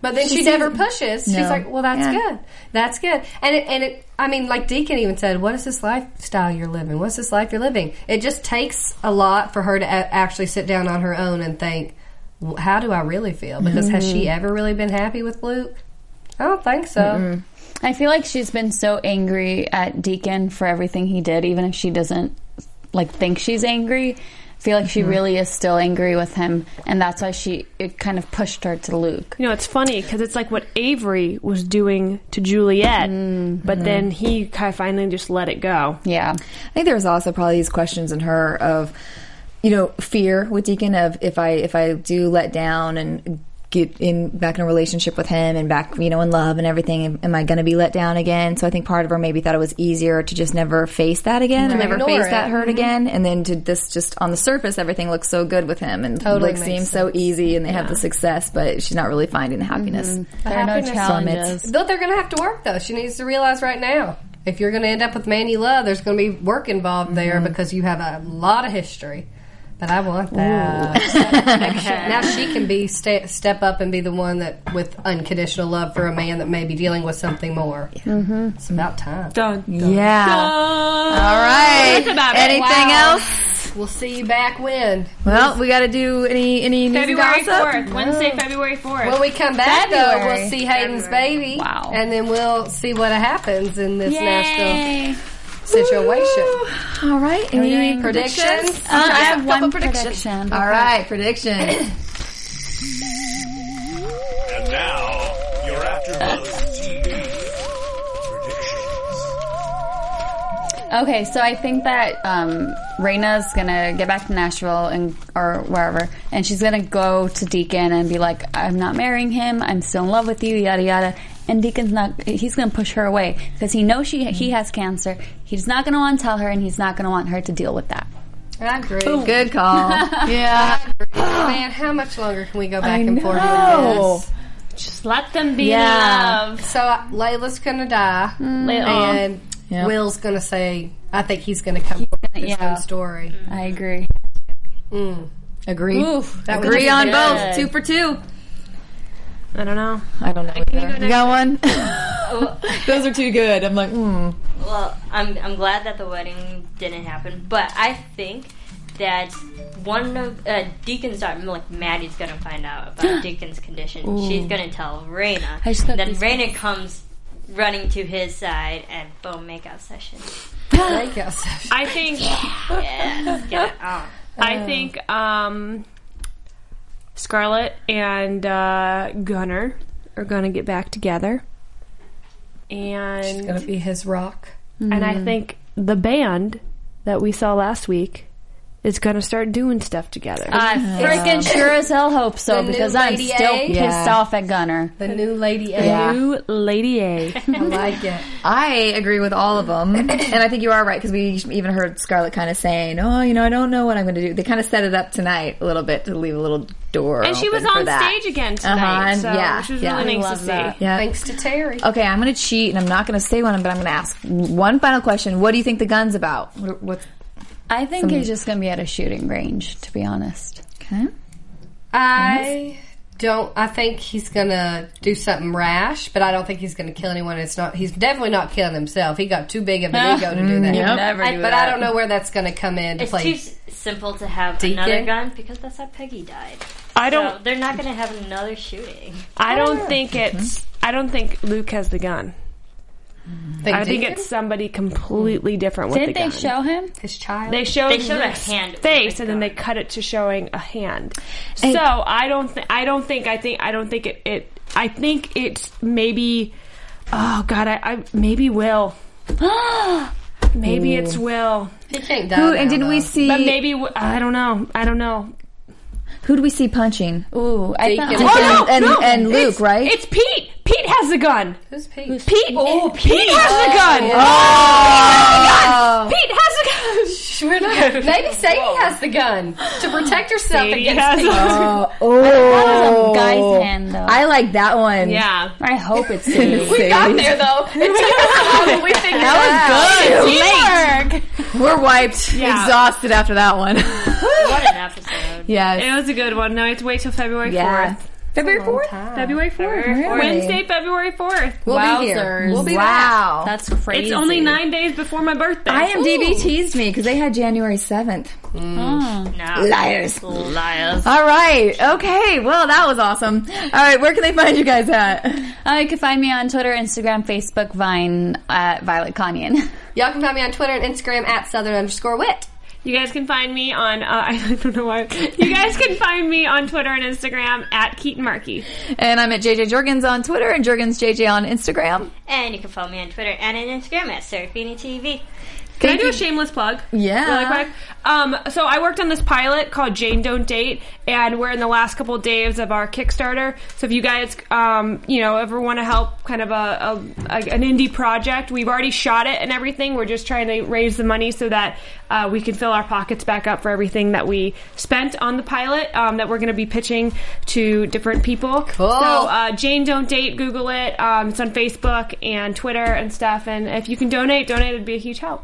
Speaker 2: But then she,
Speaker 3: seems-
Speaker 2: never pushes. She's
Speaker 3: No.
Speaker 2: like, "Well, that's
Speaker 3: Yeah.
Speaker 2: good. That's good." And it, and it, I mean, like Deacon even said, "What is this lifestyle you're living? What's this life you're living?" It just takes a lot for her to a- actually sit down on her own and think, "W- "How do I really feel?" Because has she ever really been happy with Luke? I don't think so.
Speaker 5: I feel like she's been so angry at Deacon for everything he did, even if she doesn't like think she's angry. feel like
Speaker 2: Mm-hmm.
Speaker 5: she really is still angry with him, and that's why she it kind of pushed her to Luke.
Speaker 4: You know, it's funny because it's like what Avery was doing to Juliet, but then he kind of finally just let it go.
Speaker 5: Yeah,
Speaker 3: I think there was also probably these questions in her of, you know, fear with Deacon of if I if I do let down and get in back in a relationship with him and back you know in love and everything, am- am I going to be let down again? So I think part of her maybe thought it was easier to just never face that again, and never
Speaker 2: Ignore
Speaker 3: face
Speaker 2: it. Mm-hmm.
Speaker 3: that hurt again, and then to this just on the surface everything looks so good with him and
Speaker 2: Totally
Speaker 3: like
Speaker 2: makes
Speaker 3: seems so easy and they have the success, but she's not really finding the happiness.
Speaker 2: Mm-hmm.
Speaker 5: there are no
Speaker 2: Happiness
Speaker 5: challenges.
Speaker 2: But they're going to have to work though. She needs to realize right now. If you're going to end up with man you love, there's going to be work involved there
Speaker 5: Mm-hmm.
Speaker 2: because you have a lot of history. But I want that. now she can be sta step up and be the one that with unconditional love for a man that may be dealing with something more.
Speaker 3: Mm-hmm.
Speaker 2: It's about time.
Speaker 4: Done.
Speaker 3: Yeah. All right.
Speaker 4: That's about it.
Speaker 3: Anything
Speaker 2: Wow.
Speaker 3: else?
Speaker 2: We'll see you back when
Speaker 3: Well, we got to do any any news and
Speaker 4: February
Speaker 3: gossip.
Speaker 4: fourth, Wednesday, February fourth.
Speaker 2: when we come back though. We'll
Speaker 5: February.
Speaker 2: see Hayden's baby.
Speaker 5: Wow.
Speaker 2: And then we'll see what happens in this Nashville
Speaker 5: Yay.
Speaker 2: situation.
Speaker 3: All right. Any
Speaker 2: Predictions.
Speaker 5: Um, I have one prediction.
Speaker 3: All right, prediction.
Speaker 1: And now, your AfterBuzz TV predictions.
Speaker 5: Okay, so I think that um, Raina's gonna get back to Nashville and or wherever, and she's gonna go to Deacon and be like, "I'm not marrying him. I'm still in love with you." Yada yada. And Deacon's not. He's gonna push her away because he knows she he has cancer. He's not gonna want to tell her, and he's not gonna want her to deal with that.
Speaker 2: I agree.
Speaker 3: Good call. yeah.
Speaker 2: Man, how much longer can we go back and forth
Speaker 3: know.
Speaker 2: with
Speaker 4: Just let them be
Speaker 5: Yeah.
Speaker 4: in love.
Speaker 2: this? So uh, Layla's gonna die,
Speaker 4: Lay-
Speaker 2: and
Speaker 3: Yeah.
Speaker 2: Will's gonna say, "I think he's gonna come up with his
Speaker 5: yeah.
Speaker 2: own story."
Speaker 5: I agree.
Speaker 3: Mm. Agree.
Speaker 2: That was
Speaker 3: Agree on
Speaker 2: good.
Speaker 3: both. Two for two.
Speaker 4: I don't know.
Speaker 3: I don't know. You got one? Those are too good. I'm like, hmm.
Speaker 6: Well, I'm I'm glad that the wedding didn't happen, but I think that one of uh, Deacon's daughter, like Maddie's, gonna find out about Deacon's condition. She's gonna tell Raina.
Speaker 5: I just got
Speaker 6: Then
Speaker 5: these-
Speaker 6: Raina comes running to his side, and boom, makeout session.
Speaker 2: Thank you. So
Speaker 4: I think.
Speaker 6: Yes, get it on.
Speaker 4: I think. Um, Scarlett and uh, Gunner are gonna get back together, and
Speaker 2: Gonna be his rock.
Speaker 4: and I think the band that we saw last week is gonna start doing stuff together.
Speaker 5: I freaking sure as hell hope so
Speaker 2: The new
Speaker 5: because I'm
Speaker 2: Lady
Speaker 5: still
Speaker 2: A?
Speaker 5: pissed
Speaker 3: Yeah.
Speaker 5: off at Gunner.
Speaker 2: The new Lady A.
Speaker 3: Yeah.
Speaker 4: New Lady A.
Speaker 2: I like it.
Speaker 3: I agree with all of them. and I think you are right because we even heard Scarlett kind of saying, oh, you know, I don't know what I'm going to do. They kind of set it up tonight a little bit to leave a little door.
Speaker 4: and she was
Speaker 3: open for
Speaker 4: on
Speaker 3: that.
Speaker 4: stage again
Speaker 3: Uh-huh,
Speaker 4: tonight,
Speaker 3: and-
Speaker 4: so
Speaker 3: yeah,
Speaker 4: which was
Speaker 3: yeah.
Speaker 4: really
Speaker 3: I
Speaker 4: nice
Speaker 5: love
Speaker 4: to
Speaker 5: that.
Speaker 4: see.
Speaker 3: Yeah.
Speaker 2: Thanks to Terry.
Speaker 3: Okay, I'm going to cheat and I'm not going to say one, but I'm going to ask one final question. What do you think the gun's about? What, what's
Speaker 5: I think he's just gonna be at a shooting range, to be honest.
Speaker 3: okay?
Speaker 2: I don't. I think he's gonna do something rash, but I don't think he's gonna kill anyone. It's not. He's definitely not killing himself. He got too big of an ego to do that.
Speaker 5: never
Speaker 2: but I don't know where that's gonna come in to
Speaker 6: It's
Speaker 2: play.
Speaker 6: too s- simple to have another
Speaker 2: Deacon?
Speaker 6: gun because that's how Peggy died.
Speaker 4: I don't.
Speaker 6: So they're not gonna have another shooting.
Speaker 4: I don't think it's. I don't think Luke has the gun. I think
Speaker 2: Deacon?
Speaker 4: it's somebody completely different with the
Speaker 5: Did they
Speaker 4: gun.
Speaker 5: show him?
Speaker 2: his child.
Speaker 4: They showed,
Speaker 6: They showed a
Speaker 4: Luke's
Speaker 6: hand with
Speaker 4: face,
Speaker 6: the
Speaker 4: and then they
Speaker 6: gun.
Speaker 4: cut it to showing a hand. so I don't. Th- I don't think. I think. I don't think it. it I think it's maybe. Oh God! I, I maybe Will. maybe it's Will,
Speaker 2: He can't die.
Speaker 3: Who,
Speaker 2: now,
Speaker 3: and didn't we
Speaker 2: though.
Speaker 3: see
Speaker 4: but maybe Wi- I don't know. I don't know.
Speaker 3: who do we see punching?
Speaker 5: Ooh, I thought,
Speaker 2: Deacon.
Speaker 5: oh,
Speaker 4: Oh no!
Speaker 3: and,
Speaker 4: no,
Speaker 3: and Luke,
Speaker 4: it's-
Speaker 3: right?
Speaker 4: It's Pete. Pete has the gun.
Speaker 2: Who's Pete?
Speaker 4: Pete. Oh, Pete has the
Speaker 3: Oh,
Speaker 4: gun. Pete has a gun.
Speaker 2: Sure not. Maybe Sadie has the gun to protect herself
Speaker 4: Sadie
Speaker 2: against
Speaker 4: has
Speaker 2: people.
Speaker 4: a-
Speaker 3: Oh,
Speaker 5: that was
Speaker 3: oh.
Speaker 5: a guy's hand though. I,
Speaker 3: I like that one.
Speaker 4: Yeah.
Speaker 5: hope it's Sadie.
Speaker 2: We got there though. It took us a while, but we figured it out.
Speaker 5: Teamwork.
Speaker 3: We're wiped,
Speaker 4: Yeah.
Speaker 3: exhausted after that one.
Speaker 6: What an episode!
Speaker 3: yes.
Speaker 4: It was a good one. Now I have to wait till February
Speaker 3: Yeah.
Speaker 4: 4th.
Speaker 3: February fourth.
Speaker 4: February 4th. Wednesday, February 4th.
Speaker 2: We'll be here.
Speaker 5: Wowzers.
Speaker 2: We'll be back.
Speaker 3: Wow.
Speaker 5: That's crazy.
Speaker 4: It's only nine days before my birthday.
Speaker 3: IMDb teased me because they had January seventh.
Speaker 5: Mm.
Speaker 6: No
Speaker 3: Liars.
Speaker 6: liars.
Speaker 3: All right. Okay. Well, that was awesome. All right. Where can they find you guys at?
Speaker 5: Uh, you can find me on Twitter, Instagram, Facebook, Vine at Violet Canyon.
Speaker 2: Y'all can find me on Twitter and Instagram at Southern underscore Wit.
Speaker 4: You guys can find me on, uh, I don't know why. You guys can find me on Twitter and Instagram at Keaton Markey.
Speaker 3: And I'm at JJ Jorgens on Twitter and Jorgens JJ on Instagram.
Speaker 6: And you can follow me on Twitter and on Instagram at Serafini TV.
Speaker 4: Can I do a shameless plug?
Speaker 3: Yeah.
Speaker 4: Really quick. Um, so I worked on this pilot called Jane Don't Date, and we're in the last couple days of our Kickstarter. So if you guys, um, you know, ever want to help kind of a, a, a- an indie project, we've already shot it and everything. We're just trying to raise the money so that uh, we can fill our pockets back up for everything that we spent on the pilot um, that we're going to be pitching to different people. Cool. So uh, Jane Don't Date, Google it. Um, it's on Facebook and Twitter and stuff. And if you can donate, donate would be a huge help.